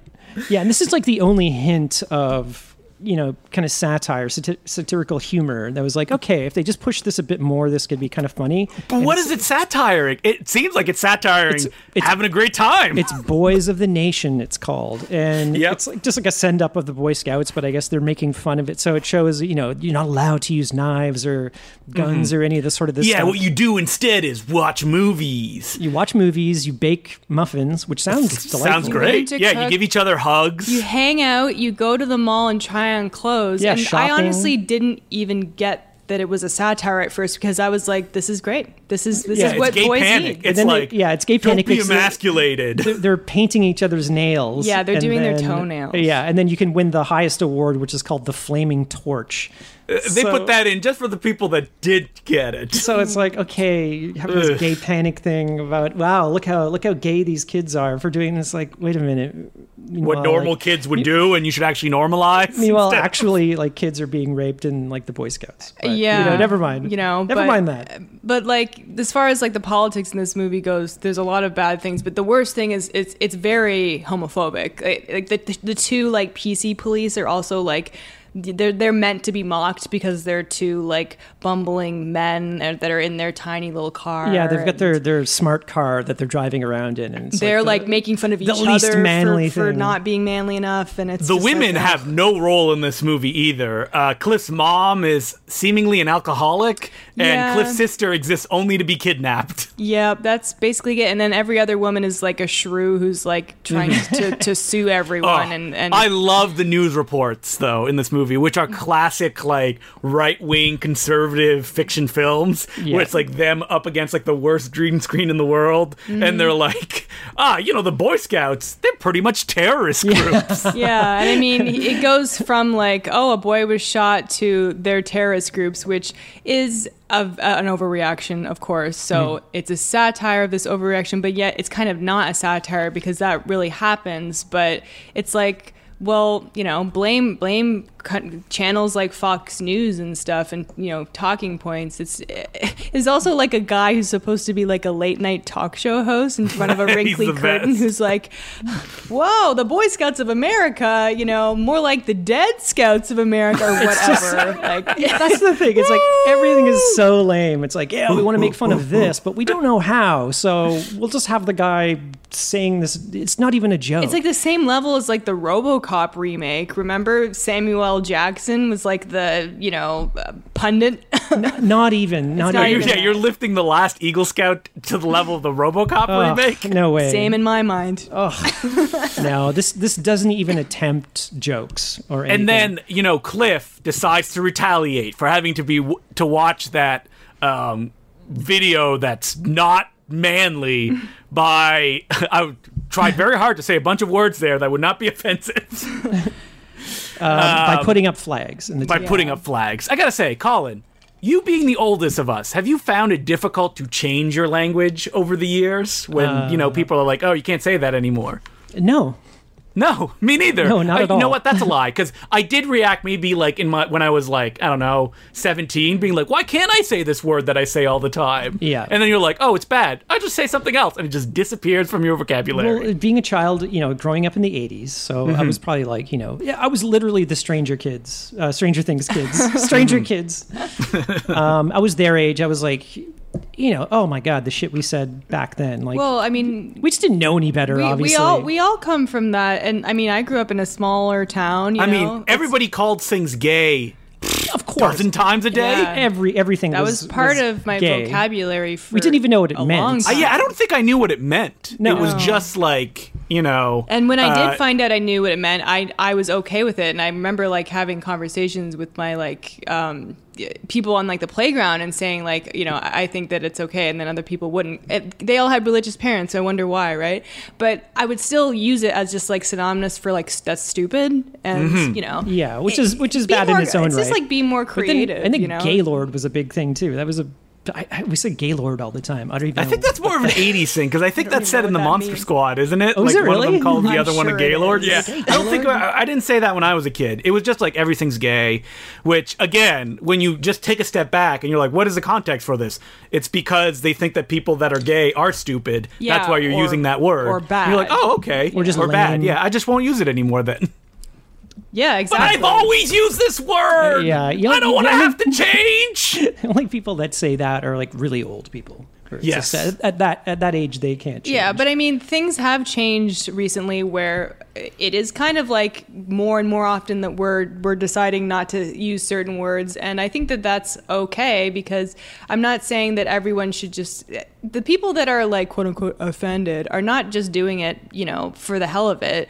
[SPEAKER 3] Yeah, and this is like the only hint of you know kind of satire, sati- satirical humor that was like, okay, if they just push this a bit more, this could be kind of funny.
[SPEAKER 2] But what is it satiring? It seems like it's satiring
[SPEAKER 3] It's- it's-
[SPEAKER 2] having a great time.
[SPEAKER 3] It's Boys of the Nation, it's called, and
[SPEAKER 2] Yep.
[SPEAKER 3] it's like just like a send up of the Boy Scouts, but I guess they're making fun of it. So it shows you know you're not allowed to use knives or guns or any of the sort of this.
[SPEAKER 2] Mm-hmm. yeah,
[SPEAKER 3] stuff.
[SPEAKER 2] what you do instead is watch movies.
[SPEAKER 3] you watch movies, you bake muffins, which sounds delightful.
[SPEAKER 2] Sounds great.
[SPEAKER 1] to
[SPEAKER 2] Yeah, you
[SPEAKER 1] cook.
[SPEAKER 2] give each other hugs.
[SPEAKER 1] You hang out, you go to the mall and try on clothes.
[SPEAKER 3] Yeah,
[SPEAKER 1] and
[SPEAKER 3] shopping.
[SPEAKER 1] I honestly didn't even get that it was a satire at first because I was like, this is great. This is this
[SPEAKER 3] Yeah,
[SPEAKER 1] is
[SPEAKER 2] it's
[SPEAKER 1] what
[SPEAKER 2] gay
[SPEAKER 1] boys
[SPEAKER 2] panic.
[SPEAKER 1] need.
[SPEAKER 2] It's
[SPEAKER 3] then they-
[SPEAKER 2] like
[SPEAKER 3] yeah, it's gay panic
[SPEAKER 2] Don't be
[SPEAKER 3] because they're-
[SPEAKER 2] emasculated.
[SPEAKER 3] they're, they're painting each other's nails.
[SPEAKER 1] Yeah, they're
[SPEAKER 3] and
[SPEAKER 1] doing their
[SPEAKER 3] then-
[SPEAKER 1] toenails.
[SPEAKER 3] Yeah, and then you can win the highest award, which is called the Flaming Torch.
[SPEAKER 2] Uh, They put that in just for the people that did get it.
[SPEAKER 3] So it's like, okay, you have this
[SPEAKER 2] Ugh.
[SPEAKER 3] gay panic thing about wow, look how look how gay these kids are for doing this. Like, wait a minute,
[SPEAKER 2] What
[SPEAKER 3] Meanwhile,
[SPEAKER 2] normal
[SPEAKER 3] Like,
[SPEAKER 2] kids would do, and you should actually normalize.
[SPEAKER 3] meanwhile,
[SPEAKER 2] instead.
[SPEAKER 3] actually, like kids are being raped in like the Boy Scouts. But,
[SPEAKER 1] yeah.
[SPEAKER 3] you know, never mind.
[SPEAKER 1] You know,
[SPEAKER 3] never
[SPEAKER 1] but- uh,
[SPEAKER 3] mind that.
[SPEAKER 1] But like as far as like the politics in this movie goes, there's a lot of bad things. But the worst thing is it's it's very homophobic. Like, like the, the the two like PC police are also like they're they're meant to be mocked because they're two like bumbling men that are in their tiny little car.
[SPEAKER 3] Yeah, they've got
[SPEAKER 1] and-
[SPEAKER 3] their their smart car that they're driving around in, and it's
[SPEAKER 1] they're
[SPEAKER 3] the-
[SPEAKER 1] like, making fun of each
[SPEAKER 3] least
[SPEAKER 1] other
[SPEAKER 3] manly
[SPEAKER 1] for, for
[SPEAKER 3] thing.
[SPEAKER 1] not being manly enough, and it's
[SPEAKER 2] the
[SPEAKER 1] just like,
[SPEAKER 2] women
[SPEAKER 1] ugh.
[SPEAKER 2] have no role in this movie either. Uh, Cliff's mom is seemingly an alcoholic, and
[SPEAKER 1] Yeah.
[SPEAKER 2] Cliff's sister exists only to be kidnapped.
[SPEAKER 1] yeah, that's basically it. And then every other woman is like a shrew who's like trying to, to sue everyone,
[SPEAKER 2] Ugh.
[SPEAKER 1] and and
[SPEAKER 2] Oh, I love the news reports though in this movie, which are classic like right wing conservative fiction films,
[SPEAKER 3] Yeah.
[SPEAKER 2] where it's like them up against like the worst dream screen in the world, and they're like, ah, you know, the Boy Scouts, they're pretty much terrorist groups.
[SPEAKER 1] yeah, and I mean, it goes from like, oh, a boy was shot to their terrorist groups, which is of uh, an overreaction, of course. So
[SPEAKER 2] Mm-hmm.
[SPEAKER 1] it's a satire of this overreaction, but yet it's kind of not a satire because that really happens. But it's like, well, you know, blame blame co- channels like Fox News and stuff, and you know, talking points. It's is also like a guy who's supposed to be like a late night talk show host in front of a wrinkly
[SPEAKER 2] the
[SPEAKER 1] curtain
[SPEAKER 2] best.
[SPEAKER 1] who's like whoa, the Boy Scouts of America, you know, more like the Dead Scouts of America or whatever. like,
[SPEAKER 3] That's the thing. It's like everything is so lame. It's like, yeah, we want to make fun of this, but we don't know how. So we'll just have the guy saying this. It's not even a joke.
[SPEAKER 1] it's like the same level as like the RoboCop remake. Remember Samuel L. Jackson was like the, you know, uh, pundit.
[SPEAKER 3] not even. Not,
[SPEAKER 1] not
[SPEAKER 2] You're-
[SPEAKER 3] even.
[SPEAKER 1] even-
[SPEAKER 2] yeah, you're lifting the last Eagle Scout to the level of the RoboCop
[SPEAKER 3] Ugh,
[SPEAKER 2] remake.
[SPEAKER 3] no way.
[SPEAKER 1] same in my mind.
[SPEAKER 3] Oh. No, this this doesn't even attempt jokes or anything.
[SPEAKER 2] And then you know Cliff decides to retaliate for having to be w- to watch that um, video that's not manly by I tried very hard to say a bunch of words there that would not be offensive
[SPEAKER 3] Um, by putting up flags in the
[SPEAKER 2] by
[SPEAKER 3] team.
[SPEAKER 2] putting up flags. I gotta say, Colin, you being the oldest of us, have you found it difficult to change your language over the years when you know people are like, oh, you can't say that anymore?
[SPEAKER 3] no.
[SPEAKER 2] No, me neither.
[SPEAKER 3] No, not
[SPEAKER 2] I-
[SPEAKER 3] at
[SPEAKER 2] You know
[SPEAKER 3] all.
[SPEAKER 2] what? That's a lie. Because I did react maybe like in my when I was like I don't know seventeen, being like, why can't I say this word that I say all the time?
[SPEAKER 3] Yeah.
[SPEAKER 2] And then you're like, oh, it's bad. I just say something else, and it just disappears from your vocabulary.
[SPEAKER 3] Well, being a child, you know, growing up in the '80s, so
[SPEAKER 2] Mm-hmm.
[SPEAKER 3] I was probably like, you know, yeah, I was literally the Stranger Kids, uh, Stranger Things kids, Stranger Kids.
[SPEAKER 2] Mm-hmm.
[SPEAKER 3] Um, I was their age. I was like, you know, oh my god, the shit we said back then. Like,
[SPEAKER 1] Well, I mean,
[SPEAKER 3] we just didn't know any better.
[SPEAKER 1] we,
[SPEAKER 3] obviously,
[SPEAKER 1] we all we all come from that, and I mean, I grew up in a smaller town. You
[SPEAKER 2] I
[SPEAKER 1] know?
[SPEAKER 2] mean, everybody called things gay
[SPEAKER 3] of course,
[SPEAKER 2] dozen times a day.
[SPEAKER 1] Yeah.
[SPEAKER 3] every everything
[SPEAKER 1] that
[SPEAKER 3] was,
[SPEAKER 1] was part
[SPEAKER 3] was
[SPEAKER 1] of my
[SPEAKER 3] gay.
[SPEAKER 1] vocabulary. For
[SPEAKER 3] We didn't even know what it
[SPEAKER 1] a
[SPEAKER 3] meant. Uh,
[SPEAKER 1] long
[SPEAKER 2] I,
[SPEAKER 1] time.
[SPEAKER 2] yeah, I don't think I knew what it meant.
[SPEAKER 3] No.
[SPEAKER 2] It was
[SPEAKER 3] No.
[SPEAKER 2] just like you know.
[SPEAKER 1] And when I
[SPEAKER 2] uh,
[SPEAKER 1] did find out I knew what it meant, I I was okay with it. And I remember like having conversations with my like um, y- people on like the playground and saying like, you know, I I think that it's okay. And then other people wouldn't. It, they all had religious parents. So I wonder why, right? But I would still use it as just like synonymous for like s- that's stupid and
[SPEAKER 2] Mm-hmm.
[SPEAKER 1] you know.
[SPEAKER 3] Yeah, which is which is
[SPEAKER 1] Be
[SPEAKER 3] bad
[SPEAKER 1] more-
[SPEAKER 3] in its own
[SPEAKER 1] it's
[SPEAKER 3] right.
[SPEAKER 1] just like be more
[SPEAKER 3] But then-
[SPEAKER 1] creative.
[SPEAKER 3] I think
[SPEAKER 1] you know?
[SPEAKER 3] Gaylord was a big thing too. That was a I, I, we said Gaylord all the time. I don't even.
[SPEAKER 2] I
[SPEAKER 3] know.
[SPEAKER 2] think that's more of an '80s thing because I think that's
[SPEAKER 1] even
[SPEAKER 2] said
[SPEAKER 1] know
[SPEAKER 2] in the
[SPEAKER 1] what that
[SPEAKER 2] Monster
[SPEAKER 1] means. Oh,
[SPEAKER 2] Squad, isn't it?
[SPEAKER 3] is
[SPEAKER 2] like
[SPEAKER 3] it
[SPEAKER 2] one of
[SPEAKER 3] really?
[SPEAKER 2] them called the
[SPEAKER 1] I'm
[SPEAKER 2] other one
[SPEAKER 1] sure
[SPEAKER 2] a
[SPEAKER 1] it
[SPEAKER 2] Gaylord.
[SPEAKER 1] is.
[SPEAKER 2] Yeah,
[SPEAKER 1] Say
[SPEAKER 2] I don't think I, I didn't say that when I was a kid. It was just like everything's gay, which again, when you just take a step back and you're like, what is the context for this? It's because they think that people that are gay are stupid. that's
[SPEAKER 1] Yeah,
[SPEAKER 2] why you're
[SPEAKER 1] or-
[SPEAKER 2] using that word.
[SPEAKER 1] or
[SPEAKER 2] And you're like,
[SPEAKER 1] bad.
[SPEAKER 2] oh, okay,
[SPEAKER 3] Or just
[SPEAKER 2] or bad.
[SPEAKER 3] lame.
[SPEAKER 2] Yeah, I just won't use it anymore then.
[SPEAKER 1] Yeah,
[SPEAKER 2] But
[SPEAKER 1] exactly.
[SPEAKER 2] I've always used this word.
[SPEAKER 3] Yeah, you know-
[SPEAKER 2] I don't want to
[SPEAKER 3] I mean-
[SPEAKER 2] have to change.
[SPEAKER 3] the only people that say that are like really old people. Or it's
[SPEAKER 2] Yes.
[SPEAKER 3] just at, at that at that age they can't. Change.
[SPEAKER 1] Yeah, but I mean, things have changed recently where it is kind of like more and more often that we're we're deciding not to use certain words, and I think that that's okay because I'm not saying that everyone should just the people that are like quote unquote offended are not just doing it, you know, for the hell of it.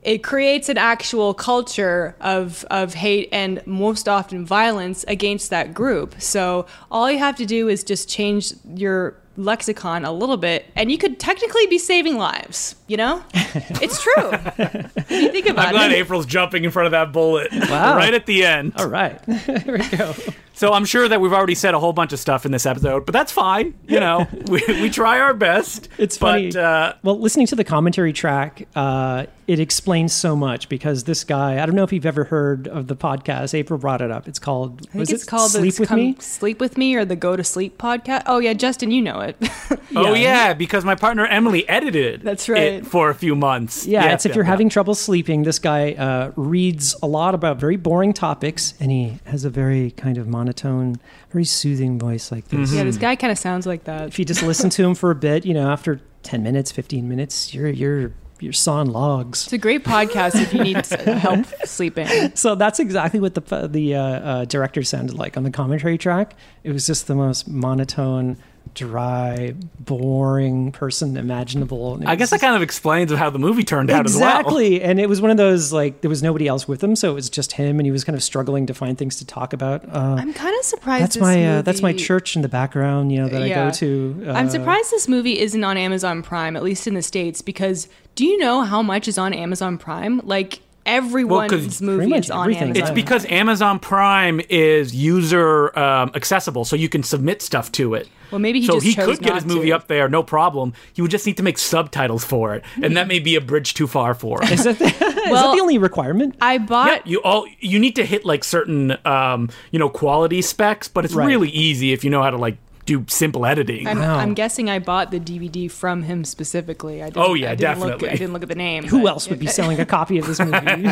[SPEAKER 1] It creates an actual culture of of hate and most often violence against that group. So all you have to do is just change your lexicon a little bit, and you could technically be saving lives. You know, it's true. if you think about
[SPEAKER 2] I'm glad
[SPEAKER 1] it.
[SPEAKER 2] April's jumping in front of that bullet right at the end.
[SPEAKER 3] all right, there we go.
[SPEAKER 2] So I'm sure that we've already said a whole bunch of stuff in this episode, but that's fine. You know, we, we try our best.
[SPEAKER 3] It's funny.
[SPEAKER 2] But, uh,
[SPEAKER 3] well, listening to the commentary track, uh, it explains so much because this guy. I don't know if you've ever heard of the podcast. April brought it up. It's called.
[SPEAKER 1] I think
[SPEAKER 3] was
[SPEAKER 1] it's
[SPEAKER 3] it
[SPEAKER 1] called the
[SPEAKER 3] Sleep with
[SPEAKER 1] Come-
[SPEAKER 3] Me?
[SPEAKER 1] Sleep with Me or the Go to Sleep podcast. Oh yeah, Justin, you know it.
[SPEAKER 2] oh yeah, because my partner Emily edited.
[SPEAKER 1] That's right.
[SPEAKER 2] it for a few months.
[SPEAKER 3] Yeah,
[SPEAKER 2] Yes,
[SPEAKER 3] it's if
[SPEAKER 2] yeah,
[SPEAKER 3] you're
[SPEAKER 2] yeah.
[SPEAKER 3] having trouble sleeping. This guy uh, reads a lot about very boring topics, and he has a very kind of monotone, very soothing voice like this.
[SPEAKER 1] yeah, this guy kind of sounds like that.
[SPEAKER 3] If you just listen to him for a bit, you know, after ten minutes, fifteen minutes, you're you're you're sawing logs.
[SPEAKER 1] It's a great podcast if you need s- help sleeping.
[SPEAKER 3] So that's exactly what the the uh, uh, director sounded like on the commentary track. It was just the most monotone, dry, boring person imaginable. and it
[SPEAKER 2] I
[SPEAKER 3] was
[SPEAKER 2] guess that
[SPEAKER 3] just-
[SPEAKER 2] kind of explains how the movie turned out as well.
[SPEAKER 3] exactly and it was one of those like there was nobody else with him so it was just him and he was kind of struggling to find things to talk about uh,
[SPEAKER 1] I'm kind of surprised.
[SPEAKER 3] that's
[SPEAKER 1] this
[SPEAKER 3] my uh, that's my
[SPEAKER 1] movie-
[SPEAKER 3] church in the background you know that i
[SPEAKER 1] Yeah.
[SPEAKER 3] go to uh,
[SPEAKER 1] I'm surprised this movie isn't on Amazon Prime, at least in the states, because do you know how much is on Amazon Prime? Like everyone's
[SPEAKER 2] 'cause
[SPEAKER 1] movie
[SPEAKER 3] much
[SPEAKER 1] is on
[SPEAKER 3] everything's
[SPEAKER 1] Amazon.
[SPEAKER 2] It's
[SPEAKER 3] Yeah.
[SPEAKER 2] because Amazon Prime is user um, accessible, so you can submit stuff to it.
[SPEAKER 1] Well, maybe he
[SPEAKER 2] so
[SPEAKER 1] just
[SPEAKER 2] he
[SPEAKER 1] chose
[SPEAKER 2] could get
[SPEAKER 1] not
[SPEAKER 2] his movie
[SPEAKER 1] to.
[SPEAKER 2] up there, no problem. He would just need to make subtitles for it, and that may be a bridge too far for us.
[SPEAKER 3] is that, the, is that
[SPEAKER 1] Well,
[SPEAKER 3] the only requirement
[SPEAKER 1] I bought.
[SPEAKER 2] you all you need to hit like certain um you know quality specs but it's
[SPEAKER 3] Right.
[SPEAKER 2] really easy if you know how to like do simple editing
[SPEAKER 1] I'm,
[SPEAKER 3] Wow.
[SPEAKER 1] I'm guessing I bought the DVD from him specifically. I didn't,
[SPEAKER 2] Oh, yeah,
[SPEAKER 1] I didn't
[SPEAKER 2] definitely.
[SPEAKER 1] Look, I didn't look at the name.
[SPEAKER 3] who
[SPEAKER 1] but-
[SPEAKER 3] else would be selling a copy of this movie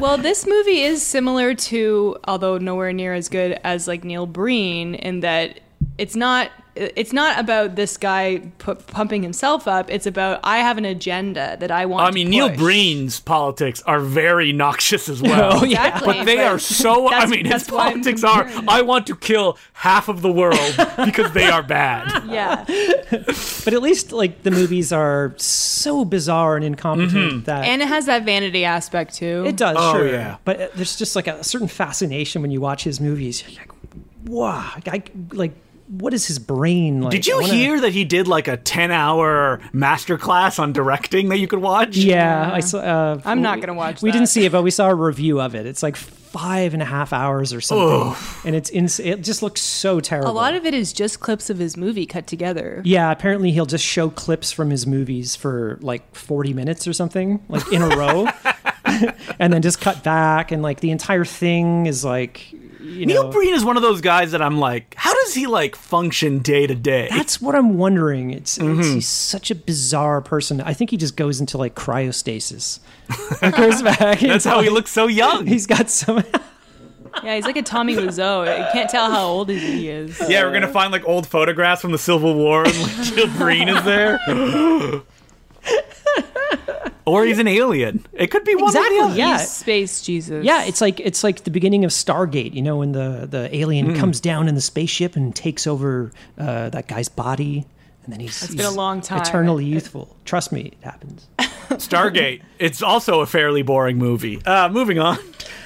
[SPEAKER 1] well, this movie is similar to, although nowhere near as good as like Neil Breen, in that it's not it's not about this guy pu- pumping himself up. It's about I have an agenda that I want.
[SPEAKER 2] i
[SPEAKER 1] to
[SPEAKER 2] mean neil
[SPEAKER 1] push.
[SPEAKER 2] breen's politics are very noxious as well
[SPEAKER 3] Oh, yeah.
[SPEAKER 1] Exactly,
[SPEAKER 2] but they
[SPEAKER 1] but
[SPEAKER 2] are so i
[SPEAKER 1] that's-
[SPEAKER 2] mean his
[SPEAKER 1] that's why I'm
[SPEAKER 2] politics are
[SPEAKER 1] comparing
[SPEAKER 2] i want to kill half of the world because they are bad
[SPEAKER 1] Yeah,
[SPEAKER 3] but at least like the movies are so bizarre and incompetent that
[SPEAKER 1] and it has that vanity aspect too.
[SPEAKER 3] it does
[SPEAKER 2] Mm-hmm. Oh,
[SPEAKER 3] sure
[SPEAKER 2] yeah.
[SPEAKER 3] but uh, there's just like a certain fascination when you watch his movies you're like wow I, like what is his brain like
[SPEAKER 2] did
[SPEAKER 3] I
[SPEAKER 2] you
[SPEAKER 3] wanna-
[SPEAKER 2] hear that he did like a 10 hour masterclass on directing that you could watch
[SPEAKER 3] Yeah, I saw. Uh,
[SPEAKER 1] I'm not
[SPEAKER 3] we-
[SPEAKER 1] gonna watch
[SPEAKER 3] We
[SPEAKER 1] that.
[SPEAKER 3] didn't see it, but we saw a review of it. It's like five and a half hours or something,
[SPEAKER 2] Oh.
[SPEAKER 3] and it's ins- it just looks so terrible.
[SPEAKER 1] A lot of it is just clips of his movie cut together.
[SPEAKER 3] Yeah, apparently he'll just show clips from his movies for like 40 minutes or something, like in a row, and then just cut back. And like the entire thing is like, you
[SPEAKER 2] Neil
[SPEAKER 3] know,
[SPEAKER 2] Breen is one of those guys that I'm like, how does he like function day to day?
[SPEAKER 3] that's what I'm wondering. It's, it's
[SPEAKER 2] Mm-hmm.
[SPEAKER 3] he's such a bizarre person. I think he just goes into like cryostasis and goes back.
[SPEAKER 2] That's how he looks so young.
[SPEAKER 3] He's got some.
[SPEAKER 1] Yeah, he's like a Tommy Wiseau. You can't tell how old he is.
[SPEAKER 2] yeah, we're gonna find like old photographs from the Civil War and like Neil Breen is there. or he's an alien. It could be one or the
[SPEAKER 3] Exactly,
[SPEAKER 2] other.
[SPEAKER 3] yeah.
[SPEAKER 1] He's space Jesus.
[SPEAKER 3] Yeah, it's like it's like the beginning of Stargate, you know, when the the alien comes down in the spaceship and takes over uh, that guy's body, and then he's,
[SPEAKER 1] That's
[SPEAKER 3] he's
[SPEAKER 1] been a long time.
[SPEAKER 3] eternally youthful. Trust me, it happens.
[SPEAKER 2] Stargate. It's also a fairly boring movie. Uh, moving on.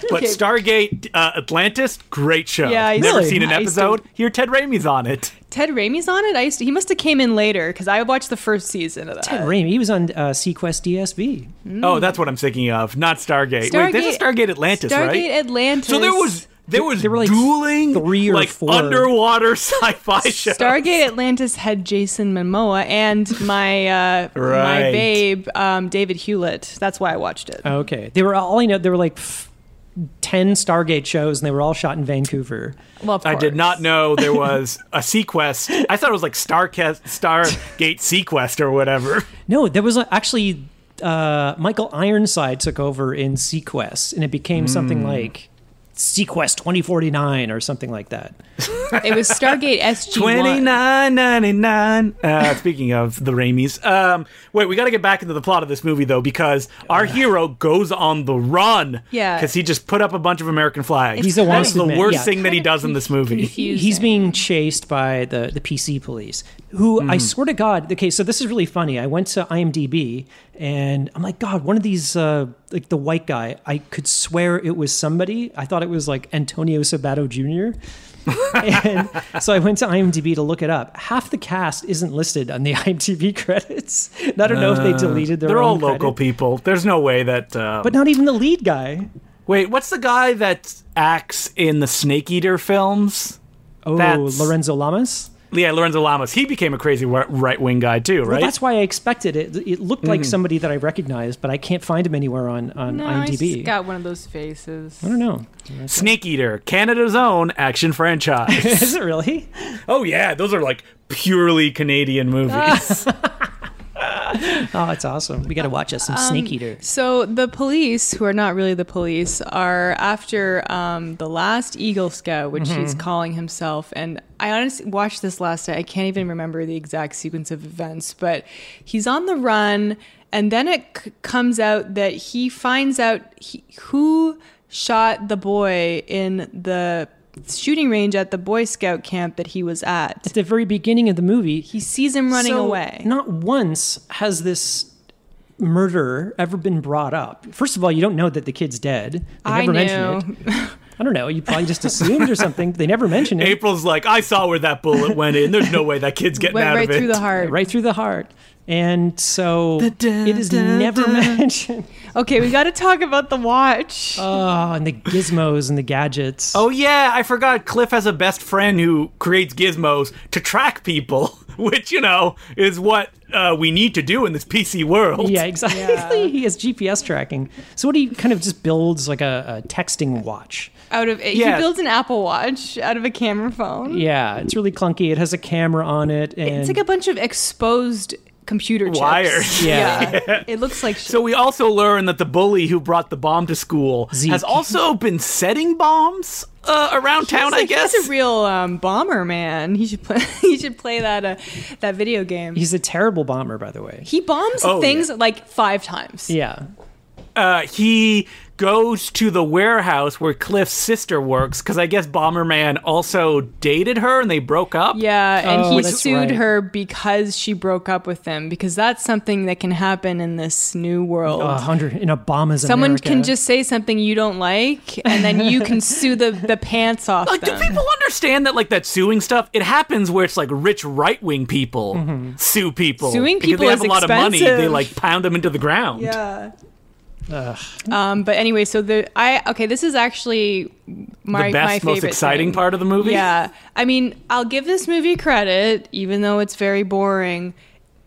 [SPEAKER 2] But
[SPEAKER 1] Okay.
[SPEAKER 2] Stargate uh, Atlantis, great show.
[SPEAKER 1] Yeah, I
[SPEAKER 2] never
[SPEAKER 1] really-
[SPEAKER 2] seen an
[SPEAKER 1] I used to-
[SPEAKER 2] episode. Hear Ted Raimi's on it.
[SPEAKER 1] Ted Raimi's on it. I used to, he must have came in later because I watched the first season of that.
[SPEAKER 3] Ted Raimi, he was on uh, Sequest DSB.
[SPEAKER 2] Oh, that's what I'm thinking of. Not Stargate. Wait, this is Stargate Atlantis,
[SPEAKER 1] Stargate
[SPEAKER 2] right?
[SPEAKER 1] Atlantis.
[SPEAKER 2] So there was there was
[SPEAKER 3] there were, like,
[SPEAKER 2] dueling
[SPEAKER 3] three or
[SPEAKER 2] like
[SPEAKER 3] four.
[SPEAKER 2] underwater sci-fi shows.
[SPEAKER 1] Stargate Atlantis had Jason Momoa and my uh, my
[SPEAKER 2] Right.
[SPEAKER 1] babe um, David Hewlett. That's why I watched it.
[SPEAKER 2] Oh,
[SPEAKER 3] Okay, they were all I know. There were like f- ten Stargate shows, and they were all shot in Vancouver.
[SPEAKER 1] Well, of
[SPEAKER 2] I did
[SPEAKER 1] course.
[SPEAKER 2] not know there was a Sequest. I thought it was like Starcast, Stargate Sequest or whatever.
[SPEAKER 3] No, there was a, actually uh, Michael Ironside took over in Sequest, and it became something like Sequest 2049 or something like that.
[SPEAKER 1] It was Stargate SG
[SPEAKER 2] Twenty
[SPEAKER 1] One.
[SPEAKER 2] nine ninety nine. Uh, speaking of the Raimis, um, wait, we got to get back into the plot of this movie though, because our hero goes on the run.
[SPEAKER 1] Yeah.
[SPEAKER 2] because he just put up a bunch of American flags.
[SPEAKER 1] He's
[SPEAKER 3] a
[SPEAKER 1] Kind of
[SPEAKER 2] That's
[SPEAKER 3] wanted
[SPEAKER 2] the
[SPEAKER 3] man.
[SPEAKER 2] worst
[SPEAKER 3] Yeah.
[SPEAKER 2] thing that he does in this movie.
[SPEAKER 3] He's being chased by the, the PC police, who
[SPEAKER 2] Hmm.
[SPEAKER 3] I swear to God. Okay, so this is really funny. I went to IMDb and I'm like, God, one of these, uh, like the white guy, I could swear it was somebody. I thought it was like Antonio Sabato Jr. and so I went to IMDb to look it up. Half the cast isn't listed on the IMDb credits. And I don't know if they deleted their
[SPEAKER 2] Uh, They're
[SPEAKER 3] own
[SPEAKER 2] all local
[SPEAKER 3] credit.
[SPEAKER 2] people. There's no way that. Um,
[SPEAKER 3] But not even the lead guy.
[SPEAKER 2] wait, what's the guy that acts in the Snake Eater films?
[SPEAKER 3] Oh,
[SPEAKER 2] That's-
[SPEAKER 3] Lorenzo Lamas.
[SPEAKER 2] Yeah, Lorenzo Lamas. He became a crazy right wing guy too, right?
[SPEAKER 3] Well, that's why I expected it. It looked like somebody that I recognized, but I can't find him anywhere on on
[SPEAKER 1] No,
[SPEAKER 3] IMDb.
[SPEAKER 1] he's got one of those faces.
[SPEAKER 3] I don't know.
[SPEAKER 1] Mm-hmm.
[SPEAKER 2] Snake Eater, Canada's own action franchise.
[SPEAKER 3] Is it really?
[SPEAKER 2] oh yeah, those are like purely Canadian
[SPEAKER 1] Uh,
[SPEAKER 2] movies.
[SPEAKER 3] Oh, it's awesome. We got to watch us
[SPEAKER 1] Um,
[SPEAKER 3] some Snake Eater.
[SPEAKER 1] So the police, who are not really the police, are after um, the last Eagle Scout, which
[SPEAKER 2] Mm-hmm.
[SPEAKER 1] he's calling himself. And I honestly watched this last night. I can't even remember the exact sequence of events, but he's on the run, and then it c- comes out that he finds out he, who shot the boy in the shooting range at the Boy Scout camp that he was at.
[SPEAKER 3] At the very beginning of the movie,
[SPEAKER 1] He sees him running
[SPEAKER 3] So,
[SPEAKER 1] away.
[SPEAKER 3] Not once has this murderer ever been brought up. First of all, you don't know that the kid's dead. They
[SPEAKER 1] I
[SPEAKER 3] never mention
[SPEAKER 1] knew.
[SPEAKER 3] it. I don't know. You probably just assumed or something. They never mention it.
[SPEAKER 2] April's like, I saw where that bullet went in. There's no way that kid's getting
[SPEAKER 1] Went
[SPEAKER 2] out
[SPEAKER 1] right
[SPEAKER 2] of it.
[SPEAKER 1] through the heart.
[SPEAKER 3] Right through the heart. And so it is never mentioned.
[SPEAKER 1] Okay, we got to talk about the watch.
[SPEAKER 3] Oh, and the gizmos and the gadgets.
[SPEAKER 2] Oh yeah, I forgot Cliff has a best friend who creates gizmos to track people, which you know is what uh, we need to do in this PC world.
[SPEAKER 3] Yeah, exactly.
[SPEAKER 1] Yeah.
[SPEAKER 3] he has GPS tracking. So what he kind of just builds like a, a texting watch.
[SPEAKER 1] out of it.
[SPEAKER 2] Yeah.
[SPEAKER 1] He builds an Apple Watch out of a camera phone.
[SPEAKER 3] Yeah, it's really clunky. It has a camera on it, and
[SPEAKER 1] It's like a bunch of exposed computer chips.
[SPEAKER 2] Wires.
[SPEAKER 3] Yeah.
[SPEAKER 1] It looks like shit.
[SPEAKER 2] So we also learn that the bully who brought the bomb to school
[SPEAKER 3] Zeke.
[SPEAKER 2] has also been setting bombs uh, around town. I guess
[SPEAKER 1] He's a real um, bomber man. He should play. He should play that uh, that video game.
[SPEAKER 3] he's a terrible bomber, by the way.
[SPEAKER 1] he bombs
[SPEAKER 2] Oh,
[SPEAKER 1] things like five times.
[SPEAKER 3] Yeah,
[SPEAKER 2] uh, he goes to the warehouse where Cliff's sister works because I guess Bomberman also dated her and they broke up.
[SPEAKER 1] Yeah, and
[SPEAKER 3] Oh,
[SPEAKER 1] he
[SPEAKER 3] that's
[SPEAKER 1] sued
[SPEAKER 3] right.
[SPEAKER 1] her because she broke up with him because that's something that can happen in this new world.
[SPEAKER 3] a hundred in Obama's.
[SPEAKER 1] Someone
[SPEAKER 3] America.
[SPEAKER 1] can just say something you don't like, and then you can sue the, the pants off
[SPEAKER 2] Like, do
[SPEAKER 1] them.
[SPEAKER 2] people understand that, like, that suing stuff? It happens where it's like rich right wing people sue people.
[SPEAKER 1] Mm-hmm. Suing
[SPEAKER 2] because
[SPEAKER 1] people
[SPEAKER 2] they have
[SPEAKER 1] is
[SPEAKER 2] a lot of money. They
[SPEAKER 1] expensive.
[SPEAKER 2] like pound them into the ground.
[SPEAKER 1] yeah. Um, but anyway, so the I okay, this is actually my
[SPEAKER 2] the
[SPEAKER 1] my
[SPEAKER 2] best,
[SPEAKER 1] favorite
[SPEAKER 2] most exciting
[SPEAKER 1] thing.
[SPEAKER 2] part of the movie.
[SPEAKER 1] Yeah, I mean, I'll give this movie credit, even though it's very boring.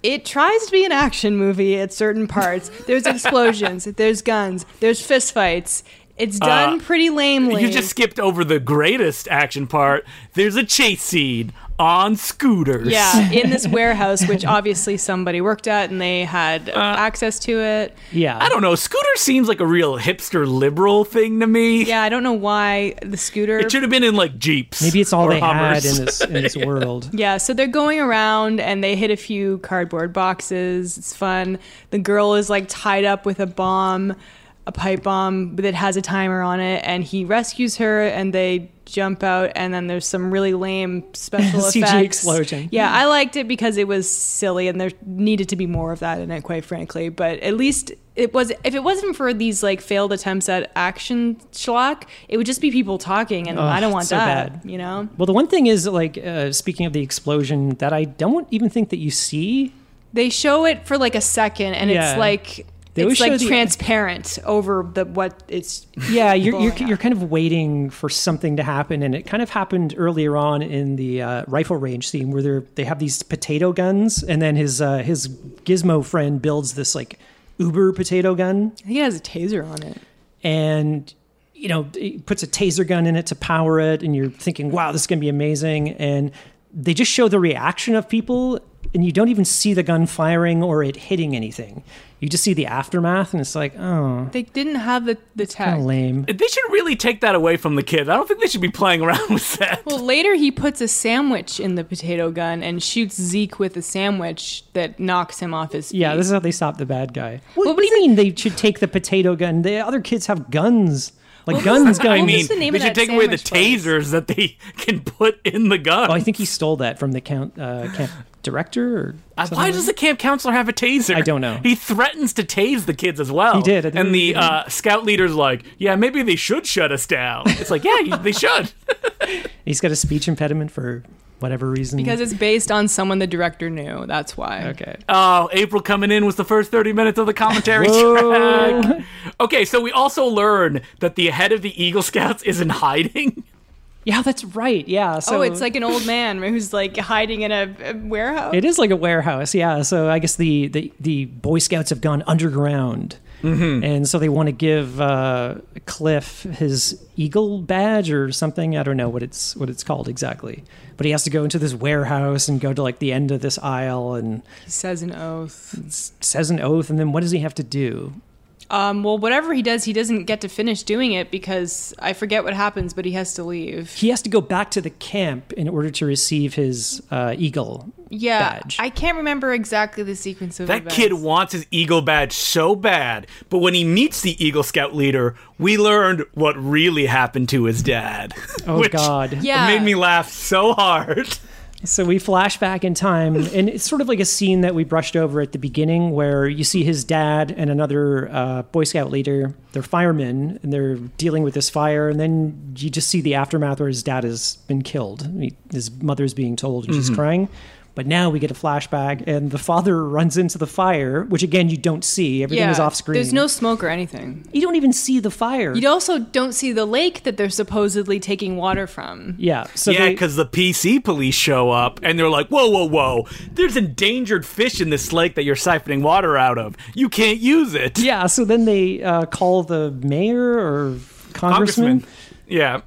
[SPEAKER 1] It tries to be an action movie at certain parts. There's explosions, there's guns, there's fistfights. It's done
[SPEAKER 2] Uh,
[SPEAKER 1] pretty lamely.
[SPEAKER 2] You just skipped over the greatest action part. There's a chase scene on scooters.
[SPEAKER 1] yeah, in this warehouse, which obviously somebody worked at and they
[SPEAKER 2] Uh,
[SPEAKER 1] had access to it.
[SPEAKER 3] Yeah.
[SPEAKER 2] I don't know. Scooter seems like a real hipster liberal thing to me.
[SPEAKER 1] Yeah, I don't know why the scooter.
[SPEAKER 2] It should have been in like Jeeps.
[SPEAKER 3] Maybe it's
[SPEAKER 2] or
[SPEAKER 3] all they
[SPEAKER 2] Hummers.
[SPEAKER 3] had in this in this world.
[SPEAKER 1] Yeah, so they're going around and they hit a few cardboard boxes. It's fun. The girl is like tied up with a bomb, a pipe bomb that has a timer on it, and he rescues her and they jump out and then there's some really lame special
[SPEAKER 3] CG
[SPEAKER 1] effects.
[SPEAKER 3] explosion.
[SPEAKER 1] Yeah, I liked it because it was silly and there needed to be more of that in it, quite frankly. But at least it was if it wasn't for these like failed attempts at action schlock, it would just be people talking and I don't want
[SPEAKER 3] so
[SPEAKER 1] that. You know?
[SPEAKER 3] Well, the one thing is like uh, speaking of the explosion that I don't even think that you see.
[SPEAKER 1] They show it for like a second, and
[SPEAKER 3] Yeah.
[SPEAKER 1] it's like
[SPEAKER 3] They always
[SPEAKER 1] it's
[SPEAKER 3] show
[SPEAKER 1] like
[SPEAKER 3] the-
[SPEAKER 1] transparent over the what it's.
[SPEAKER 3] Yeah, you're you're,
[SPEAKER 1] Blowing up.
[SPEAKER 3] you're kind of waiting for something to happen, and it kind of happened earlier on in the uh, rifle range scene where they they have these potato guns, and then his uh, his gizmo friend builds this like uber potato gun,
[SPEAKER 1] I think it has a taser on it.
[SPEAKER 3] and you know he puts a taser gun in it to power it and you're thinking wow this is going to be amazing and they just show the reaction of people and you don't even see the gun firing or it hitting anything you just see the aftermath and it's like oh
[SPEAKER 1] They didn't have the the tech.
[SPEAKER 3] kind of lame
[SPEAKER 2] They should really take that away from the kid. I don't think they should be playing around with that.
[SPEAKER 1] Well, later he puts a sandwich in the potato gun and shoots Zeke with a sandwich that knocks him off his feet.
[SPEAKER 3] yeah this is how they stop the bad guy what,
[SPEAKER 1] What
[SPEAKER 3] what
[SPEAKER 1] was
[SPEAKER 3] do you mean they should take the potato gun the other kids have guns
[SPEAKER 1] What
[SPEAKER 3] like
[SPEAKER 1] was
[SPEAKER 3] guns
[SPEAKER 1] that?
[SPEAKER 3] guns
[SPEAKER 2] I
[SPEAKER 1] what was
[SPEAKER 2] mean,
[SPEAKER 1] the name
[SPEAKER 2] they
[SPEAKER 1] of
[SPEAKER 2] should
[SPEAKER 1] that
[SPEAKER 2] take away the
[SPEAKER 1] sandwich place?
[SPEAKER 2] tasers that they can put in the gun.
[SPEAKER 3] oh i think he stole that from the count uh, camp director or
[SPEAKER 2] Uh,
[SPEAKER 3] something
[SPEAKER 2] Why
[SPEAKER 3] like
[SPEAKER 2] does the camp counselor have a taser?
[SPEAKER 3] I don't know.
[SPEAKER 2] He threatens to tase the kids as well.
[SPEAKER 3] He did, I think
[SPEAKER 2] And
[SPEAKER 3] he
[SPEAKER 2] the uh, scout leader's like, yeah, maybe they should shut us down. It's like, yeah, you- they should.
[SPEAKER 3] that? he's got a speech impediment for whatever reason
[SPEAKER 1] because it's based on someone the director knew. That's why.
[SPEAKER 3] okay
[SPEAKER 2] Oh, April coming in was the first 30 minutes of the commentary
[SPEAKER 3] Whoa.
[SPEAKER 2] track. Okay, so we also learn that the head of the Eagle Scouts is in hiding.
[SPEAKER 3] Yeah, that's right. Yeah. So
[SPEAKER 1] oh, it's like an old man who's like hiding in a, a warehouse.
[SPEAKER 3] it is like a warehouse. Yeah. So I guess the the, the Boy Scouts have gone underground, and so they want to give uh, Cliff his eagle badge or something. I don't know what it's what it's called exactly, but he has to go into this warehouse and go to like the end of this aisle and
[SPEAKER 1] he says an oath.
[SPEAKER 3] s- says an oath, and then what does he have to do?
[SPEAKER 1] Um, well, whatever he does, he doesn't get to finish doing it because I forget what happens, but he has to leave.
[SPEAKER 3] He has to go back to the camp in order to receive his uh, eagle.
[SPEAKER 1] yeah,
[SPEAKER 3] badge.
[SPEAKER 1] I can't remember exactly the sequence of
[SPEAKER 2] That
[SPEAKER 1] events.
[SPEAKER 2] kid wants his Eagle badge so bad, but when he meets the Eagle Scout leader, we learned what really happened to his dad.
[SPEAKER 3] Oh
[SPEAKER 2] Which
[SPEAKER 3] God!
[SPEAKER 1] Yeah.
[SPEAKER 2] made me laugh so hard.
[SPEAKER 3] So we flash back in time, and it's sort of like a scene that we brushed over at the beginning, where you see his dad and another uh, Boy Scout leader. They're firemen, and they're dealing with this fire. And then you just see the aftermath, where his dad has been killed. He, his mother's being told, and
[SPEAKER 1] Mm-hmm.
[SPEAKER 3] she's crying. But now we get a flashback, and the father runs into the fire, which again you don't see. Everything is off screen.
[SPEAKER 1] There's no smoke or anything.
[SPEAKER 3] You don't even see the fire.
[SPEAKER 1] You also don't see the lake that they're supposedly taking water from.
[SPEAKER 3] yeah. So
[SPEAKER 2] yeah,
[SPEAKER 3] they-
[SPEAKER 2] because the PC police show up and they're like, whoa, whoa, whoa, there's endangered fish in this lake that you're siphoning water out of. You can't use it.
[SPEAKER 3] yeah. So then they uh, call the mayor or
[SPEAKER 2] Congressman. Yeah.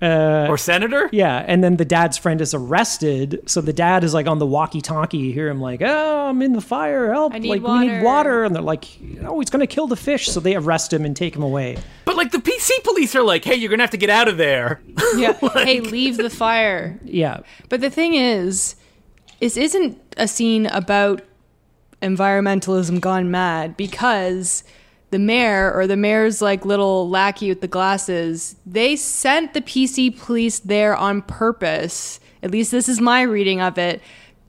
[SPEAKER 2] or senator?
[SPEAKER 3] Uh, Yeah, and then the dad's friend is arrested. So the dad is like on the walkie-talkie. You hear him like, "Oh, I'm in the fire! Help!
[SPEAKER 1] I need
[SPEAKER 3] like we need
[SPEAKER 1] water."
[SPEAKER 3] water!" And they're like, "Oh, he's gonna kill the fish!" So they arrest him and take him away.
[SPEAKER 2] But like the PC police are like, hey, you're going to have to get out of there.
[SPEAKER 1] Yeah. hey, leave the fire.
[SPEAKER 3] Yeah,
[SPEAKER 1] But the thing is, this isn't a scene about environmentalism gone mad because the mayor or the mayor's like little lackey with the glasses, they sent the PC police there on purpose. At least this is my reading of it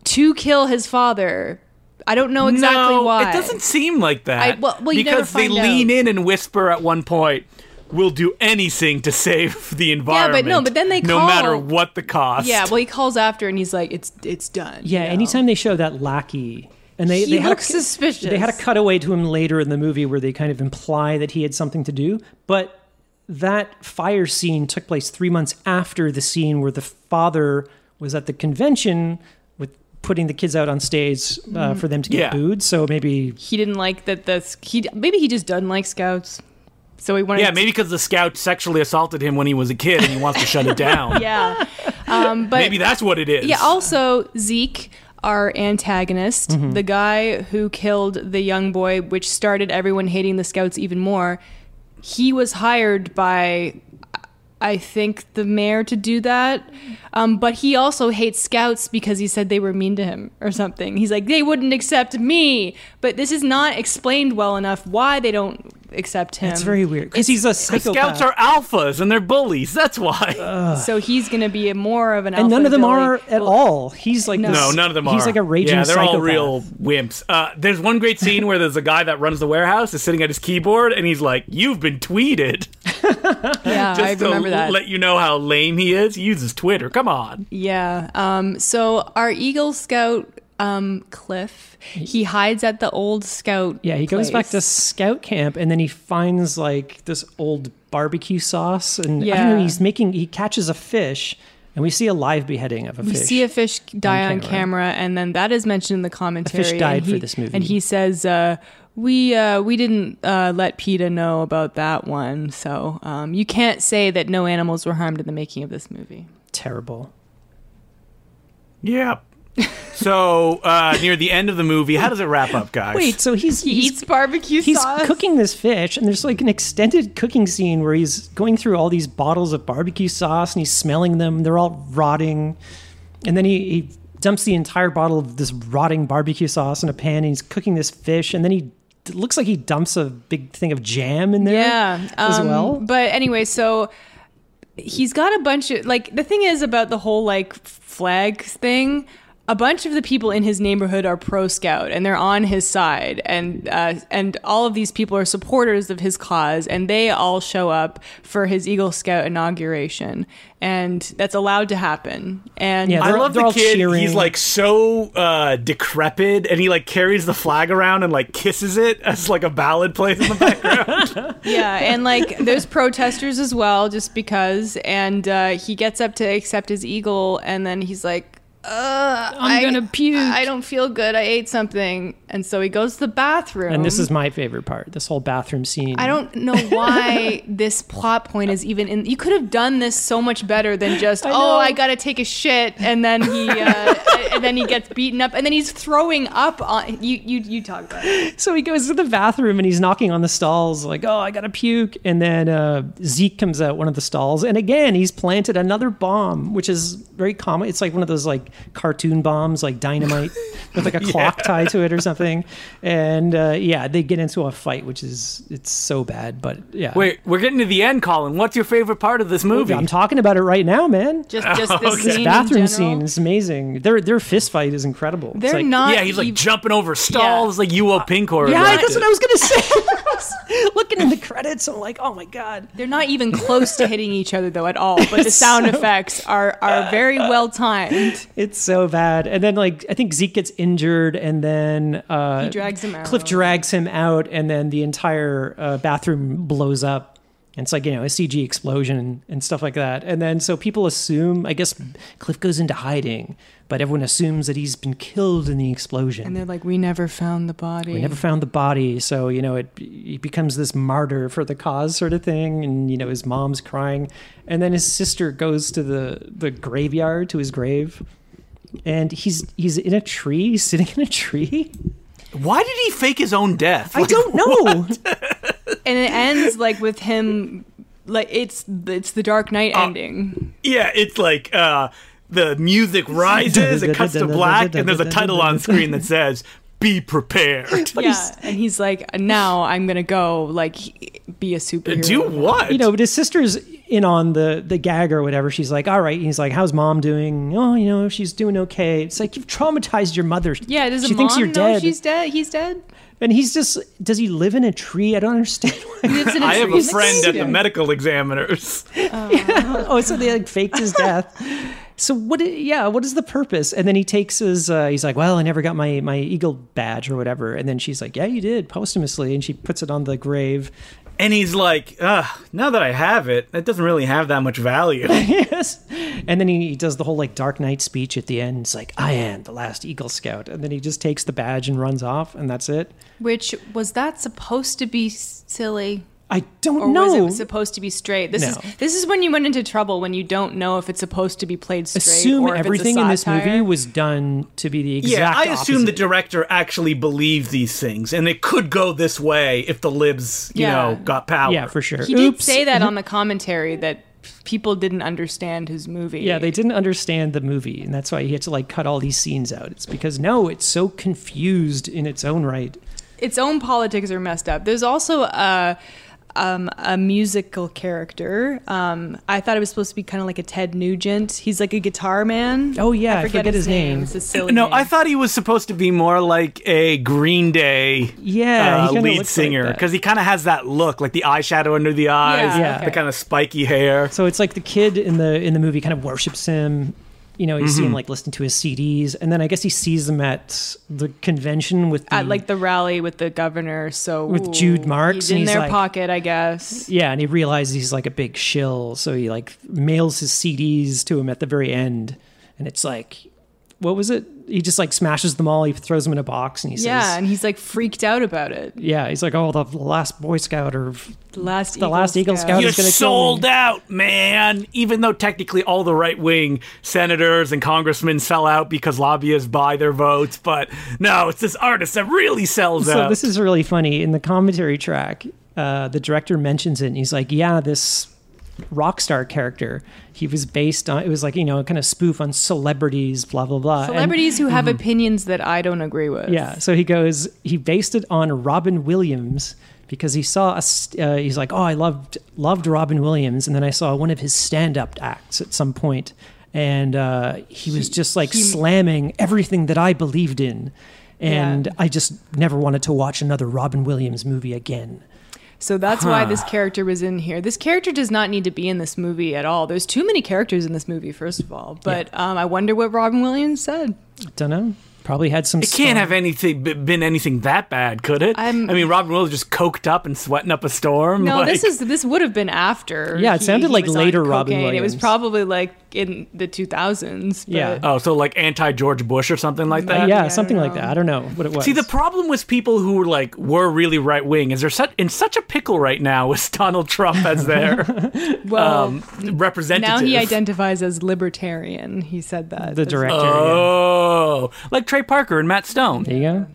[SPEAKER 1] to kill his father. I don't know exactly
[SPEAKER 2] no,
[SPEAKER 1] why.
[SPEAKER 2] It doesn't seem like that.
[SPEAKER 1] I- well- well, you never
[SPEAKER 2] because they
[SPEAKER 1] find out.
[SPEAKER 2] lean in and whisper at one point, we'll do anything to save the environment.
[SPEAKER 1] no, but then they
[SPEAKER 2] No
[SPEAKER 1] call-
[SPEAKER 2] matter what the cost.
[SPEAKER 1] Yeah, well, he calls after and he's like, "It's it's done."
[SPEAKER 3] yeah.
[SPEAKER 1] you know?
[SPEAKER 3] Anytime they show that lackey And they,
[SPEAKER 1] He
[SPEAKER 3] they
[SPEAKER 1] looks
[SPEAKER 3] had a,
[SPEAKER 1] suspicious.
[SPEAKER 3] They had a cutaway to him later in the movie where they kind of imply that he had something to do, but that fire scene took place three months after the scene where the father was at the convention with putting the kids out on stage uh, for them to get
[SPEAKER 2] Yeah.
[SPEAKER 3] booed. So maybe
[SPEAKER 1] He didn't like that. The he maybe he just doesn't like scouts, so he wanted.
[SPEAKER 2] Yeah,
[SPEAKER 1] to-
[SPEAKER 2] maybe because the scout sexually assaulted him when he was a kid and he wants to shut it down.
[SPEAKER 1] yeah. Um, but
[SPEAKER 2] Maybe that's what it is.
[SPEAKER 3] uh,
[SPEAKER 1] Yeah. Also, Zeke, our antagonist,
[SPEAKER 3] Mm-hmm.
[SPEAKER 1] the guy who killed the young boy, which started everyone hating the Scouts even more. He was hired by, I think, the mayor to do that. Um, but he also hates Scouts because he said they were mean to him or something. He's like, they wouldn't accept me. But this is not explained well enough why they don't accept him.
[SPEAKER 3] it's very weird because he's a
[SPEAKER 2] the
[SPEAKER 3] psychopath.
[SPEAKER 2] scouts are alphas and they're bullies. That's why.
[SPEAKER 3] Uh,
[SPEAKER 1] so he's going to be a more of an.
[SPEAKER 3] and
[SPEAKER 1] alpha
[SPEAKER 3] none of them
[SPEAKER 1] Billy.
[SPEAKER 3] are at all. He's like
[SPEAKER 1] No.
[SPEAKER 3] this-
[SPEAKER 2] No, none of them are.
[SPEAKER 3] He's like a raging
[SPEAKER 2] Yeah, they're
[SPEAKER 3] psychopath.
[SPEAKER 2] all real wimps. Uh, there's one great scene where there's a guy that runs the warehouse is sitting at his keyboard and he's like, "You've been tweeted."
[SPEAKER 1] Yeah, I
[SPEAKER 2] Just to
[SPEAKER 1] remember that.
[SPEAKER 2] let you know how lame he is. He uses Twitter. Come on.
[SPEAKER 1] Yeah. Um, so our Eagle Scout um, Cliff, he hides at the old Scout.
[SPEAKER 3] Yeah, he goes back to
[SPEAKER 1] place.
[SPEAKER 3] scout camp and then he finds like this old barbecue sauce and I don't
[SPEAKER 1] Yeah.
[SPEAKER 3] know, he's making he catches a fish and we see a live beheading of a
[SPEAKER 1] We
[SPEAKER 3] fish.
[SPEAKER 1] see a fish die on
[SPEAKER 3] camera.
[SPEAKER 1] camera. and then that is mentioned in the commentary.
[SPEAKER 3] died
[SPEAKER 1] and
[SPEAKER 3] for
[SPEAKER 1] he-
[SPEAKER 3] this movie.
[SPEAKER 1] and he says, uh, "We uh, we didn't uh, let PETA know about that one, so um, you can't say that no animals were harmed in the making of this movie."
[SPEAKER 3] Terrible.
[SPEAKER 2] Yep. So uh, near the end of the movie, how does it wrap up, guys?
[SPEAKER 3] Wait, so he's
[SPEAKER 1] He
[SPEAKER 3] he's,
[SPEAKER 1] eats barbecue
[SPEAKER 3] he's
[SPEAKER 1] sauce.
[SPEAKER 3] cooking this fish and there's like an extended cooking scene where he's going through all these bottles of barbecue sauce and he's smelling them. They're all rotting. And then he, he dumps the entire bottle of this rotting barbecue sauce in a pan and he's cooking this fish and then he it looks like he dumps a big thing of jam in there
[SPEAKER 1] yeah
[SPEAKER 3] as
[SPEAKER 1] um,
[SPEAKER 3] well.
[SPEAKER 1] but anyway so he's got a bunch of like the thing is about the whole like flag thing a bunch of the people in his neighborhood are pro scout and they're on his side and uh, and all of these people are supporters of his cause and they all show up for his eagle scout inauguration and that's allowed to happen and
[SPEAKER 3] Yeah,
[SPEAKER 2] I
[SPEAKER 3] They're-
[SPEAKER 2] love
[SPEAKER 3] they're
[SPEAKER 2] the
[SPEAKER 3] all
[SPEAKER 2] kid.
[SPEAKER 3] cheering.
[SPEAKER 2] He's like so uh, decrepit, and he like carries the flag around and like kisses it as like a ballad plays in the background.
[SPEAKER 1] yeah, and like there's protesters as well, just because. And uh, he gets up to accept his eagle, and then he's like, "Uh, I'm
[SPEAKER 3] gonna puke.
[SPEAKER 1] I don't feel good. I ate something." And so he goes to the bathroom.
[SPEAKER 3] And this is my favorite part. This whole bathroom scene.
[SPEAKER 1] um, I don't know why this plot point is even in. You could have done this so much better than just,
[SPEAKER 3] I know.
[SPEAKER 1] "Oh, I gotta take a shit," and then he, uh, and then he gets beaten up, and then he's throwing up on you. You, you talk about it.
[SPEAKER 3] So he goes to the bathroom and he's knocking on the stalls, like, "Oh, I gotta puke." And then uh, Zeke comes out one of the stalls, and again he's planted another bomb, which is very common. It's like one of those like cartoon bombs, like dynamite, with like a clock tied to it or something. And uh, yeah, they get into a fight, which is it's so bad, but yeah.
[SPEAKER 2] Wait, we're getting to the end, Colin. What's your favorite part of this movie?
[SPEAKER 3] I'm talking about it right now, man.
[SPEAKER 1] Just, just this
[SPEAKER 2] Okay.
[SPEAKER 1] scene
[SPEAKER 3] This
[SPEAKER 1] in
[SPEAKER 3] bathroom
[SPEAKER 1] general.
[SPEAKER 3] scene is amazing. Their their fist fight is incredible. It's
[SPEAKER 1] They're
[SPEAKER 3] like-
[SPEAKER 1] not.
[SPEAKER 2] yeah, he's like
[SPEAKER 1] ev-
[SPEAKER 2] jumping over stalls, like UO Pinkor.
[SPEAKER 3] Yeah,
[SPEAKER 2] liked
[SPEAKER 3] that's
[SPEAKER 2] it.
[SPEAKER 3] what I was gonna say. Looking in the credits, I'm like, oh my god.
[SPEAKER 1] They're not even close to hitting each other though at all, but the sound effects are are very well timed.
[SPEAKER 3] It's so bad. And then like I think Zeke gets injured and then uh
[SPEAKER 1] He drags him out.
[SPEAKER 3] Cliff drags him out and then the entire uh, bathroom blows up. And it's like, you know, a CG explosion and stuff like that. And then so people assume, I guess Cliff goes into hiding, but everyone assumes that he's been killed in the explosion.
[SPEAKER 1] and they're like, "We never found the body."
[SPEAKER 3] we never found the body, so you know it. He becomes this martyr for the cause, sort of thing, and you know his mom's crying, and then his sister goes to the the graveyard to his grave, and he's he's in a tree, he's sitting in a tree.
[SPEAKER 2] Why did he fake his own death?
[SPEAKER 3] I
[SPEAKER 2] Like,
[SPEAKER 3] don't know.
[SPEAKER 1] and it ends like with him, like it's it's the Dark Knight ending.
[SPEAKER 2] Yeah, it's like uh, the music rises, it cuts to black, and there's a title on screen that says, Be prepared.
[SPEAKER 1] yeah, and he's like, "Now I'm gonna go like he- be a superhero."
[SPEAKER 2] Do what?
[SPEAKER 3] you know, but his sister's in on the the gag or whatever. She's like, "All right." He's like, "How's mom doing?" Oh, you know, she's doing okay. It's like you've traumatized your mother.
[SPEAKER 1] Yeah, does
[SPEAKER 3] she
[SPEAKER 1] mom
[SPEAKER 3] thinks you're
[SPEAKER 1] know
[SPEAKER 3] dead,
[SPEAKER 1] she's dead? He's dead.
[SPEAKER 3] and he's just. Does he live in a tree? I don't understand. Why.
[SPEAKER 1] He lives in a
[SPEAKER 2] I have
[SPEAKER 1] tree.
[SPEAKER 2] a
[SPEAKER 1] He's like,
[SPEAKER 2] friend at the
[SPEAKER 1] "Yeah."
[SPEAKER 2] medical examiners.
[SPEAKER 3] oh, so they like faked his death. so what? i- Yeah, what is the purpose? And then he takes his. Uh, he's like, well, I never got my my eagle badge or whatever. And then she's like, yeah, you did posthumously, and she puts it on the grave.
[SPEAKER 2] And he's like, Ugh, now that I have it, that doesn't really have that much value.
[SPEAKER 3] yes. And then he, he does the whole like Dark Knight speech at the end. It's like, I am the last Eagle Scout. And then he just takes the badge and runs off, and that's it.
[SPEAKER 4] Which was that supposed to be s- silly?
[SPEAKER 3] I don't
[SPEAKER 1] Or
[SPEAKER 3] know.
[SPEAKER 1] was it supposed to be straight? This
[SPEAKER 3] No.
[SPEAKER 1] is this is when you went into trouble when you don't know if it's supposed to be played straight.
[SPEAKER 3] assume
[SPEAKER 1] or if it's a
[SPEAKER 3] everything in this
[SPEAKER 1] satire.
[SPEAKER 3] movie was done to be the exact
[SPEAKER 2] Yeah, I assume the
[SPEAKER 3] opposite.
[SPEAKER 2] director actually believed these things, and it could go this way if the libs, you
[SPEAKER 1] Yeah.
[SPEAKER 2] know, got power.
[SPEAKER 3] Yeah, for sure.
[SPEAKER 1] He did
[SPEAKER 3] Oops.
[SPEAKER 1] say that on the commentary that people didn't understand his movie.
[SPEAKER 3] Yeah, they didn't understand the movie, and that's why he had to like cut all these scenes out. It's because no, it's so confused in its own right.
[SPEAKER 1] its own politics are messed up. There's also a um, a musical character. Um, I thought it was supposed to be kind of like a Ted Nugent. He's like a guitar man.
[SPEAKER 3] Oh, yeah, I forget his name.
[SPEAKER 1] It's a silly
[SPEAKER 2] No,
[SPEAKER 1] name.
[SPEAKER 2] I thought he was supposed to be more like a Green Day
[SPEAKER 3] Yeah,
[SPEAKER 2] uh,
[SPEAKER 3] he kinda
[SPEAKER 2] lead
[SPEAKER 3] looks
[SPEAKER 2] singer
[SPEAKER 3] like that.
[SPEAKER 2] because he kind of has that look, like the eyeshadow under the eyes,
[SPEAKER 1] Yeah,
[SPEAKER 2] the
[SPEAKER 1] okay.
[SPEAKER 2] kind of spiky hair.
[SPEAKER 3] So it's like the kid in the in the movie kind of worships him. You know, you see
[SPEAKER 2] Mm-hmm.
[SPEAKER 3] him like listen to his CDs, and then I guess he sees him at the convention with the,
[SPEAKER 1] at like the rally with the governor. So
[SPEAKER 3] With Jude Marx,
[SPEAKER 1] he's
[SPEAKER 3] and
[SPEAKER 1] in
[SPEAKER 3] he's
[SPEAKER 1] their
[SPEAKER 3] like-
[SPEAKER 1] pocket, I guess.
[SPEAKER 3] yeah, and he realizes he's like a big shill, so he like mails his CDs to him at the very end, and it's like, what was it? He just like smashes them all. He throws them in a box, and he
[SPEAKER 1] yeah,
[SPEAKER 3] says,
[SPEAKER 1] and he's like freaked out about it.
[SPEAKER 3] yeah, he's like, oh, the last Boy Scout or
[SPEAKER 1] The last,
[SPEAKER 3] The last Eagle Scout
[SPEAKER 2] You're
[SPEAKER 3] is gonna kill
[SPEAKER 2] sold
[SPEAKER 3] me.
[SPEAKER 2] out, man. Even though technically all the right wing senators and congressmen sell out because lobbyists buy their votes, but no, it's this artist that really sells
[SPEAKER 3] So
[SPEAKER 2] out.
[SPEAKER 3] this is really funny. In the commentary track, uh, the director mentions it, and he's like, "Yeah, this rock star character. He was based on. It was like you know, kind of spoof on celebrities, blah blah blah. And-
[SPEAKER 1] Celebrities who have opinions that I don't agree with.
[SPEAKER 3] Mm-hmm. yeah. So he goes. He based it on Robin Williams because he saw a. st- Uh, he's like, "Oh, I loved loved Robin Williams," and then I saw one of his stand up acts at some point, and uh, he was just like slamming everything that I believed in. And
[SPEAKER 1] Yeah.
[SPEAKER 3] I just never wanted to watch another Robin Williams movie again.
[SPEAKER 1] So that's why this character was in here. This character does not need to be in this movie at all. There's too many characters in this movie, first of all. But um, I wonder what Robin Williams said.
[SPEAKER 3] Don't know. Probably had some.
[SPEAKER 2] It can't have anything b- been anything that bad, could it?
[SPEAKER 1] I'm-
[SPEAKER 2] I mean, Robin Williams just coked up and sweating up a storm.
[SPEAKER 1] No,
[SPEAKER 2] like,
[SPEAKER 1] this is this would have been after.
[SPEAKER 3] Yeah, it sounded like
[SPEAKER 1] was on
[SPEAKER 3] later Robin
[SPEAKER 1] cocaine. It was
[SPEAKER 3] Williams.
[SPEAKER 1] probably like in the 2000s. but-
[SPEAKER 3] Yeah.
[SPEAKER 2] oh, so like anti George Bush or something like that.
[SPEAKER 1] I
[SPEAKER 3] uh, yeah,
[SPEAKER 1] don't
[SPEAKER 3] something like
[SPEAKER 1] know.
[SPEAKER 3] that. I don't know what it was.
[SPEAKER 2] See, the problem with people who were like were really right wing is they're such in such a pickle right now with Donald Trump as their
[SPEAKER 1] Well,
[SPEAKER 2] um, representative.
[SPEAKER 1] now he identifies as libertarian. He said that.
[SPEAKER 3] the
[SPEAKER 1] That's-
[SPEAKER 3] director. yeah.
[SPEAKER 2] Oh, like Trey Parker and Matt Stone.
[SPEAKER 3] There you go.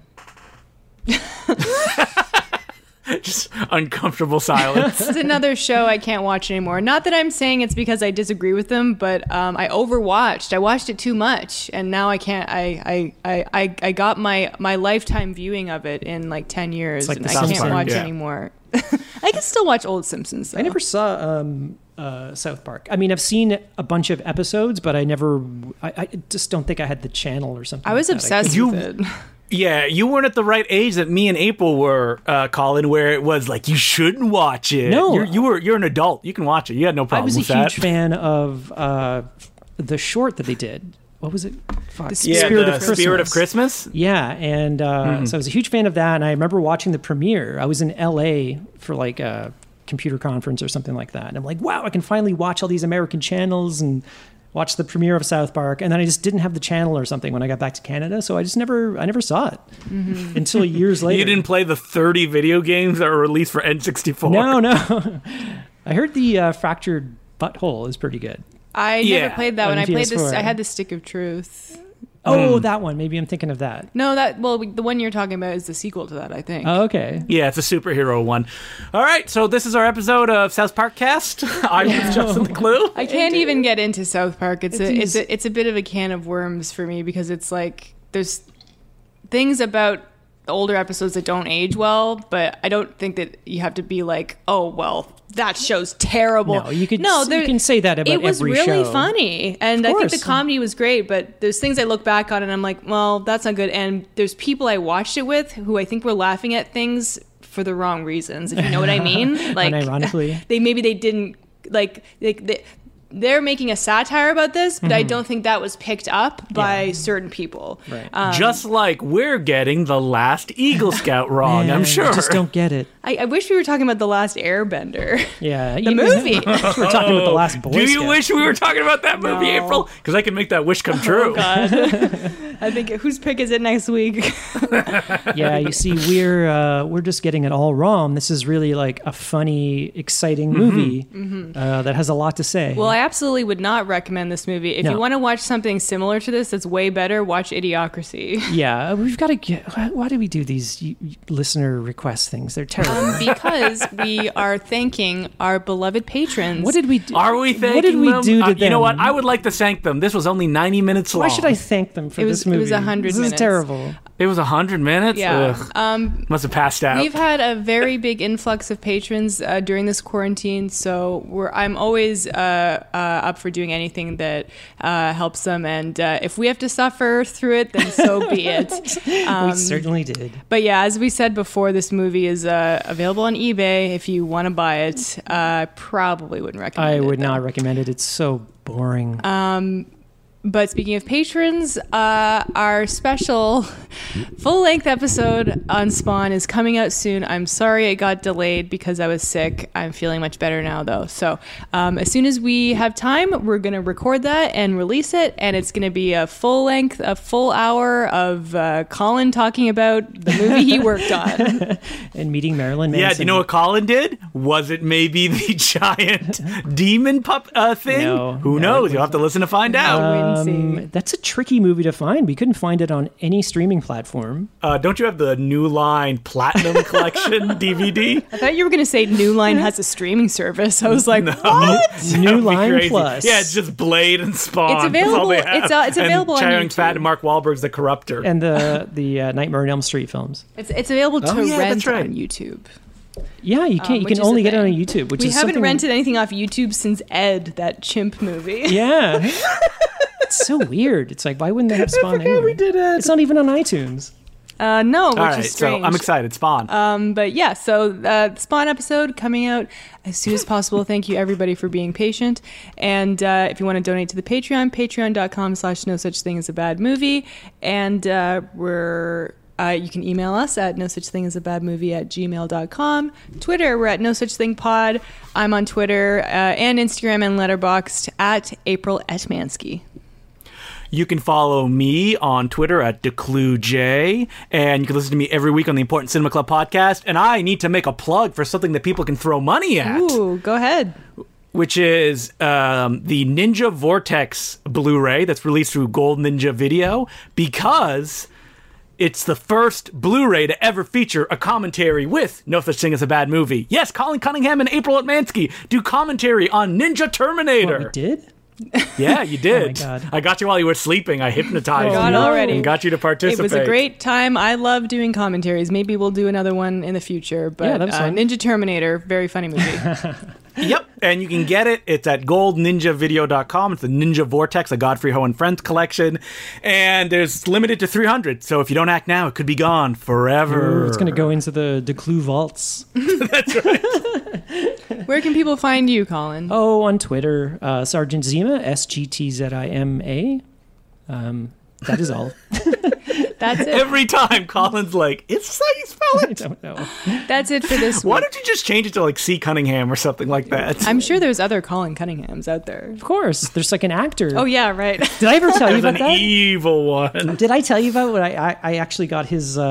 [SPEAKER 2] Just uncomfortable silence.
[SPEAKER 1] This is another show I can't watch anymore. Not that I'm saying it's because I disagree with them, but um, I overwatched. I watched it too much, and now I can't. I I, I, I, I got my, my lifetime viewing of it in like ten years,
[SPEAKER 3] like
[SPEAKER 1] and
[SPEAKER 3] The
[SPEAKER 1] I
[SPEAKER 3] Simpsons.
[SPEAKER 1] can't watch
[SPEAKER 2] Yeah.
[SPEAKER 1] anymore. I can still watch old Simpsons. Though.
[SPEAKER 3] I never saw um, uh, South Park. I mean, I've seen a bunch of episodes, but I never. I, I just don't think I had the channel or something.
[SPEAKER 1] I was
[SPEAKER 3] like that.
[SPEAKER 1] obsessed
[SPEAKER 2] You-
[SPEAKER 1] with it.
[SPEAKER 2] yeah, you weren't at the right age that me and April were, uh, Colin, where it was like you shouldn't watch it.
[SPEAKER 3] No.
[SPEAKER 2] You're, you were you're an adult. You can watch it. You had no
[SPEAKER 3] I
[SPEAKER 2] problem
[SPEAKER 3] was a
[SPEAKER 2] with that.
[SPEAKER 3] huge fan of uh, the short that they did. What was it? Fuck.
[SPEAKER 1] The
[SPEAKER 2] yeah,
[SPEAKER 1] Spirit
[SPEAKER 2] the
[SPEAKER 1] of
[SPEAKER 2] Spirit of Christmas.
[SPEAKER 3] Yeah, and uh,
[SPEAKER 2] Mm-hmm.
[SPEAKER 3] so I was a huge fan of that, and I remember watching the premiere. I was in LA for like a computer conference or something like that, and I'm like, wow, I can finally watch all these American channels and watch the premiere of South Park. And then I just didn't have the channel or something when I got back to Canada, so I just never, I never saw it
[SPEAKER 1] Mm-hmm.
[SPEAKER 3] until years later.
[SPEAKER 2] You didn't play the 30 video games that were released for N64.
[SPEAKER 3] No, no. I heard the uh, fractured butthole is pretty good.
[SPEAKER 1] I
[SPEAKER 2] Yeah,
[SPEAKER 1] never played that
[SPEAKER 3] on
[SPEAKER 1] one. I played this.
[SPEAKER 3] PS4.
[SPEAKER 1] I had the Stick of Truth.
[SPEAKER 2] Mm.
[SPEAKER 3] Oh, that one. Maybe I'm thinking of that.
[SPEAKER 1] No, that well, the one you're talking about is the sequel to that. I think.
[SPEAKER 3] Oh, okay.
[SPEAKER 2] Yeah, it's a superhero one. All right, so this is our episode of South Park Cast. I'm Justin the Clue.
[SPEAKER 1] I can't even get into South Park. It's
[SPEAKER 3] It
[SPEAKER 1] a
[SPEAKER 3] is-
[SPEAKER 1] it's a, it's a bit of a can of worms for me because it's like there's things about the older episodes that don't age well, but I don't think that you have to be like, oh well, that show's terrible.
[SPEAKER 3] No, you could- you
[SPEAKER 1] there-
[SPEAKER 3] can say that about
[SPEAKER 1] it was
[SPEAKER 3] every
[SPEAKER 1] really
[SPEAKER 3] show.
[SPEAKER 1] funny, and I think the
[SPEAKER 3] course.
[SPEAKER 1] comedy was great. But there's things I look back on and I'm like, well, that's not good. And there's people I watched it with who I think were laughing at things for the wrong reasons. If you know what I mean, like
[SPEAKER 3] Unironically.
[SPEAKER 1] they maybe they didn't like like they, they're making a satire about this, but I
[SPEAKER 3] Mm-hmm.
[SPEAKER 1] don't think that was picked up by certain people. Um,
[SPEAKER 3] Right.
[SPEAKER 2] Just like we're getting the last Eagle Scout wrong,
[SPEAKER 3] Man,
[SPEAKER 2] I'm sure.
[SPEAKER 3] I just don't get it.
[SPEAKER 1] I, I wish we were talking about the last Airbender.
[SPEAKER 3] Yeah,
[SPEAKER 1] The movie.
[SPEAKER 3] We're talking about the last boy.
[SPEAKER 2] Oh, Do you
[SPEAKER 3] Scout.
[SPEAKER 2] wish we were talking about that movie, April? Because I can make that wish
[SPEAKER 3] Oh,
[SPEAKER 2] come true.
[SPEAKER 1] I think whose pick is it next week?
[SPEAKER 3] yeah, you see, we're uh, we're just getting it all wrong. This is really like a funny, exciting
[SPEAKER 2] Mm-hmm.
[SPEAKER 3] movie Uh, that has a lot to say.
[SPEAKER 1] Mm-hmm. well, I absolutely would not recommend this movie. If
[SPEAKER 3] No.
[SPEAKER 1] you want to watch something similar to this that's way better, watch Idiocracy.
[SPEAKER 3] yeah, we've got to get. Why, why do we do these y- y- listener request things? They're terrible.
[SPEAKER 4] Um,
[SPEAKER 1] because
[SPEAKER 4] we are thanking our beloved patrons.
[SPEAKER 3] what did we? Do?
[SPEAKER 2] Are we thanking
[SPEAKER 3] What did we
[SPEAKER 2] them?
[SPEAKER 3] do to
[SPEAKER 2] Uh, You know what?
[SPEAKER 3] them?
[SPEAKER 2] I would like to thank them. This was only 90 minutes long.
[SPEAKER 3] Why should I thank them for
[SPEAKER 1] It
[SPEAKER 3] this
[SPEAKER 1] was- it
[SPEAKER 3] movie?
[SPEAKER 1] was 100
[SPEAKER 3] This is
[SPEAKER 1] minutes.
[SPEAKER 3] terrible.
[SPEAKER 2] It was 100 minutes?
[SPEAKER 1] Yeah.
[SPEAKER 2] Ugh.
[SPEAKER 1] Um,
[SPEAKER 2] Must have passed out.
[SPEAKER 1] we've had a very big influx of patrons uh, during this quarantine, so we're, I'm always uh, uh, up for doing anything that uh, helps them. And uh, if we have to suffer through it, then so be it.
[SPEAKER 3] we certainly did.
[SPEAKER 1] But yeah, as we said before, this movie is uh, available on eBay if you want to buy it. Uh, I probably wouldn't recommend
[SPEAKER 3] I
[SPEAKER 1] it.
[SPEAKER 3] would
[SPEAKER 1] though.
[SPEAKER 3] not recommend it. It's so boring.
[SPEAKER 1] Uh, But speaking of patrons, uh, our special full length episode on Spawn is coming out soon. I'm sorry it got delayed because I was sick. I'm feeling much better now, though. So um, as soon as we have time, we're going to record that and release it. And it's going to be a full length, a full hour of uh, Colin talking about the movie he worked on.
[SPEAKER 3] and meeting Marilyn Manson.
[SPEAKER 2] yeah, do you know what Colin did? Was it maybe the giant demon pup uh, thing?
[SPEAKER 3] No,
[SPEAKER 2] Who
[SPEAKER 3] no, it
[SPEAKER 2] knows? You'll have to listen to find out.
[SPEAKER 1] Wincy.
[SPEAKER 3] Um, that's a tricky movie to find. We couldn't find it on any streaming platform.
[SPEAKER 2] Uh, don't you have the New Line Platinum Collection DVD?
[SPEAKER 1] I thought you were going to say New Line has a streaming service. I was like,
[SPEAKER 2] That
[SPEAKER 3] New
[SPEAKER 2] would be
[SPEAKER 3] Line
[SPEAKER 2] crazy.
[SPEAKER 3] Plus.
[SPEAKER 2] Yeah, it's just Blade and Spawn.
[SPEAKER 1] It's
[SPEAKER 2] That's all they
[SPEAKER 1] available-
[SPEAKER 2] have.
[SPEAKER 1] it's, uh, it's available on
[SPEAKER 2] And Chow Yun Fat
[SPEAKER 1] YouTube.
[SPEAKER 2] and Mark Wahlberg's the Corruptor.
[SPEAKER 3] and the the uh, Nightmare on Elm Street films.
[SPEAKER 1] it's, it's available to
[SPEAKER 2] Oh, yeah,
[SPEAKER 1] rent
[SPEAKER 2] that's right.
[SPEAKER 1] on YouTube.
[SPEAKER 3] Yeah, you can't.
[SPEAKER 1] Um,
[SPEAKER 3] you
[SPEAKER 1] which
[SPEAKER 3] can
[SPEAKER 1] is a
[SPEAKER 3] only get it on
[SPEAKER 1] thing.
[SPEAKER 3] YouTube, which
[SPEAKER 1] we
[SPEAKER 3] is
[SPEAKER 1] haven't
[SPEAKER 3] something-
[SPEAKER 1] rented anything off YouTube since Ed, that chimp movie.
[SPEAKER 3] Yeah, it's so weird. It's like why wouldn't they have Spawn? anywhere?
[SPEAKER 2] we did it.
[SPEAKER 3] It's not even on iTunes.
[SPEAKER 1] Uh, no, which
[SPEAKER 2] all right,
[SPEAKER 1] is
[SPEAKER 2] so
[SPEAKER 1] strange.
[SPEAKER 2] I'm excited. Spawn.
[SPEAKER 1] um, but yeah, so uh, Spawn episode coming out as soon as possible. Thank you everybody for being patient. And uh, if you want to donate to the Patreon, patreon.com slash no such thing as a bad movie. And uh, we're uh, you can email us at no such thing as a bad movie at gmail.com. Twitter, we're at no such thing pod. I'm on Twitter uh, and Instagram and letterboxed at April Etmansky.
[SPEAKER 2] You can follow me on Twitter at DeclueJ, and you can listen to me every week on the Important Cinema Club podcast. And I need to make a plug for something that people can throw money at,
[SPEAKER 1] Ooh, go ahead.
[SPEAKER 2] which is um, the Ninja Vortex Blu ray that's released through Gold Ninja Video because. It's the first Blu-ray to ever feature a commentary with No Such Thing as a Bad Movie. Yes, Colin Cunningham and April Atmansky do commentary on Ninja Terminator.
[SPEAKER 3] What we did?
[SPEAKER 2] Yeah, you
[SPEAKER 1] Oh
[SPEAKER 2] did.
[SPEAKER 3] God.
[SPEAKER 2] I got you while you were sleeping. I hypnotized
[SPEAKER 1] God,
[SPEAKER 2] you
[SPEAKER 1] already.
[SPEAKER 2] and got you to participate.
[SPEAKER 1] It was a great time. I love doing commentaries. Maybe we'll do another one in the future. But
[SPEAKER 3] Yeah, that was
[SPEAKER 1] uh,
[SPEAKER 3] fun.
[SPEAKER 1] Ninja Terminator, very funny movie.
[SPEAKER 2] Yep, and you can get it. It's at goldninjavideo.com. It's the Ninja Vortex, a Godfrey Ho and Friends collection, and there's limited to 300. So if you don't act now, it could be gone forever.
[SPEAKER 3] Ooh, it's going to go into the Declue vaults.
[SPEAKER 1] Where can people find you, Colin?
[SPEAKER 3] Oh, on Twitter, uh, Sergeant Zima, S G T Z I M A. Um, that is all. Oh.
[SPEAKER 1] That's it.
[SPEAKER 2] Every time Colin's like, "It's how you spell
[SPEAKER 3] I
[SPEAKER 2] it."
[SPEAKER 3] don't know.
[SPEAKER 1] That's it for this
[SPEAKER 2] Why
[SPEAKER 1] week.
[SPEAKER 2] don't you just change it to like C Cunningham or something like that?
[SPEAKER 1] I'm sure there's other Colin Cunninghams out there.
[SPEAKER 3] Of course, there's like an actor.
[SPEAKER 1] Oh yeah, right.
[SPEAKER 3] did I ever tell you
[SPEAKER 2] There's
[SPEAKER 3] about
[SPEAKER 2] an E.
[SPEAKER 3] that?
[SPEAKER 2] evil one.
[SPEAKER 3] Did I tell you about what I, I, I actually got his, uh,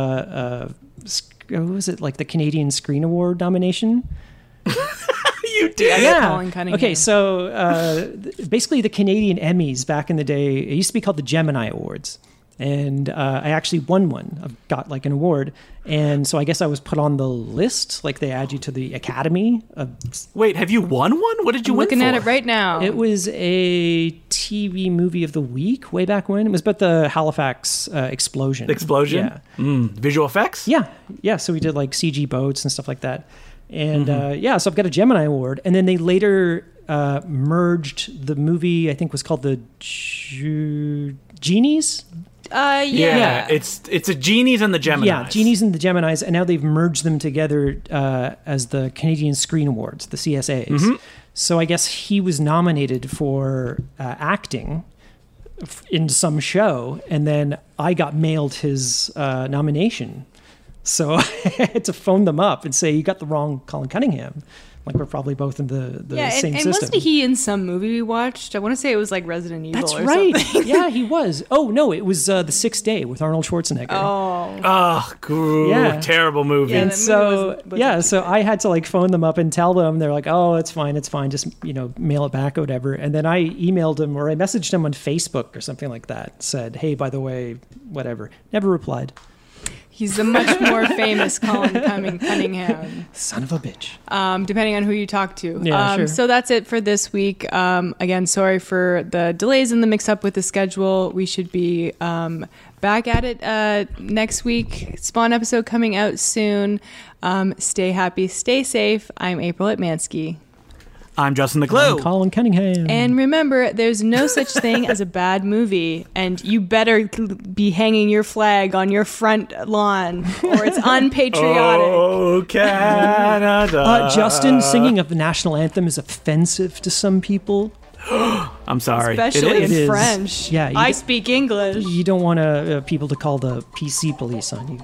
[SPEAKER 3] uh, sc- what was it, like the Canadian Screen Award nomination?
[SPEAKER 2] you did.
[SPEAKER 1] Colin Cunningham.
[SPEAKER 3] Okay, so uh, th- basically the Canadian Emmys back in the day, it used to be called the Gemini Awards. And uh, I actually won one. I've got like an award. And so I guess I was put on the list. Like they add you to the Academy. Of,
[SPEAKER 2] Wait, have you won one? What did you
[SPEAKER 1] I'm
[SPEAKER 2] win?
[SPEAKER 1] looking at
[SPEAKER 2] for?
[SPEAKER 1] it right now.
[SPEAKER 3] it was a TV movie of the week way back when. It was about the Halifax uh, explosion.
[SPEAKER 2] Explosion.
[SPEAKER 3] Yeah.
[SPEAKER 2] Mm, visual effects.
[SPEAKER 3] Yeah, yeah. So we did like CG boats and stuff like that, and uh, yeah. So I've got a Gemini Award, and then they later uh, merged the movie. I think was called the Ju- Genies.
[SPEAKER 1] uh, yeah.
[SPEAKER 2] Yeah, it's it's a genies and the Gemini.
[SPEAKER 3] Yeah, Genies and the Gemini's, and now they've merged them together uh, as the Canadian Screen Awards, the CSAs. So I guess he was nominated for uh, acting f- in some show, and then I got mailed his uh, nomination. So I had to phone them up and say, "You got the wrong Colin Cunningham." Like we're probably both in the, the
[SPEAKER 1] yeah,
[SPEAKER 3] same
[SPEAKER 1] and, and
[SPEAKER 3] system.
[SPEAKER 1] wasn't he in some movie we watched? I want to say it was like Resident Evil.
[SPEAKER 3] That's
[SPEAKER 1] or
[SPEAKER 3] right.
[SPEAKER 1] Something.
[SPEAKER 3] yeah, he was. Oh no, it was uh, the Sixth Day with Arnold Schwarzenegger.
[SPEAKER 1] Oh,
[SPEAKER 2] Oh, goo,
[SPEAKER 3] Yeah.
[SPEAKER 2] terrible movie.
[SPEAKER 1] Yeah,
[SPEAKER 3] and
[SPEAKER 1] that movie
[SPEAKER 3] so
[SPEAKER 1] wasn't- wasn't
[SPEAKER 3] yeah,
[SPEAKER 1] too
[SPEAKER 3] so I had to like phone them up and tell them they're like, oh, it's fine, it's fine, just you know, mail it back or whatever. And then I emailed him or I messaged him on Facebook or something like that, said, hey, by the way, whatever. Never replied.
[SPEAKER 1] he's a much more famous Colin Cunning- Cunningham.
[SPEAKER 3] Son of a bitch.
[SPEAKER 1] um, depending on who you talk to.
[SPEAKER 3] Yeah,
[SPEAKER 1] um,
[SPEAKER 3] sure.
[SPEAKER 1] So that's it for this week. Um, again, sorry for the delays and the mix up with the schedule. We should be um, back at it uh, next week. Spawn episode coming out soon. Um, stay happy, stay safe. I'm April Atmansky.
[SPEAKER 2] I'm Justin the
[SPEAKER 3] I'm
[SPEAKER 2] Glue.
[SPEAKER 3] Colin Cunningham.
[SPEAKER 1] Oh. And remember, there's no such thing as a bad movie, and you better be hanging your flag on your front lawn, or it's unpatriotic.
[SPEAKER 2] Oh, Canada.
[SPEAKER 3] uh, Justin singing of the national anthem is offensive to some people.
[SPEAKER 2] I'm sorry. It
[SPEAKER 1] Especially
[SPEAKER 2] is.
[SPEAKER 3] It is.
[SPEAKER 1] in French.
[SPEAKER 3] Yeah, you
[SPEAKER 1] I
[SPEAKER 3] d-
[SPEAKER 1] speak English.
[SPEAKER 3] You don't want uh, uh, people to call the PC police on you.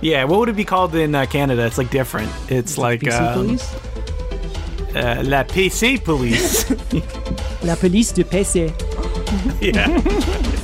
[SPEAKER 2] Yeah, what would it be called in uh, Canada? It's like different. It's like
[SPEAKER 3] PC
[SPEAKER 2] um,
[SPEAKER 3] police?
[SPEAKER 2] Uh, la PC police.
[SPEAKER 3] La police de PC.
[SPEAKER 2] yeah.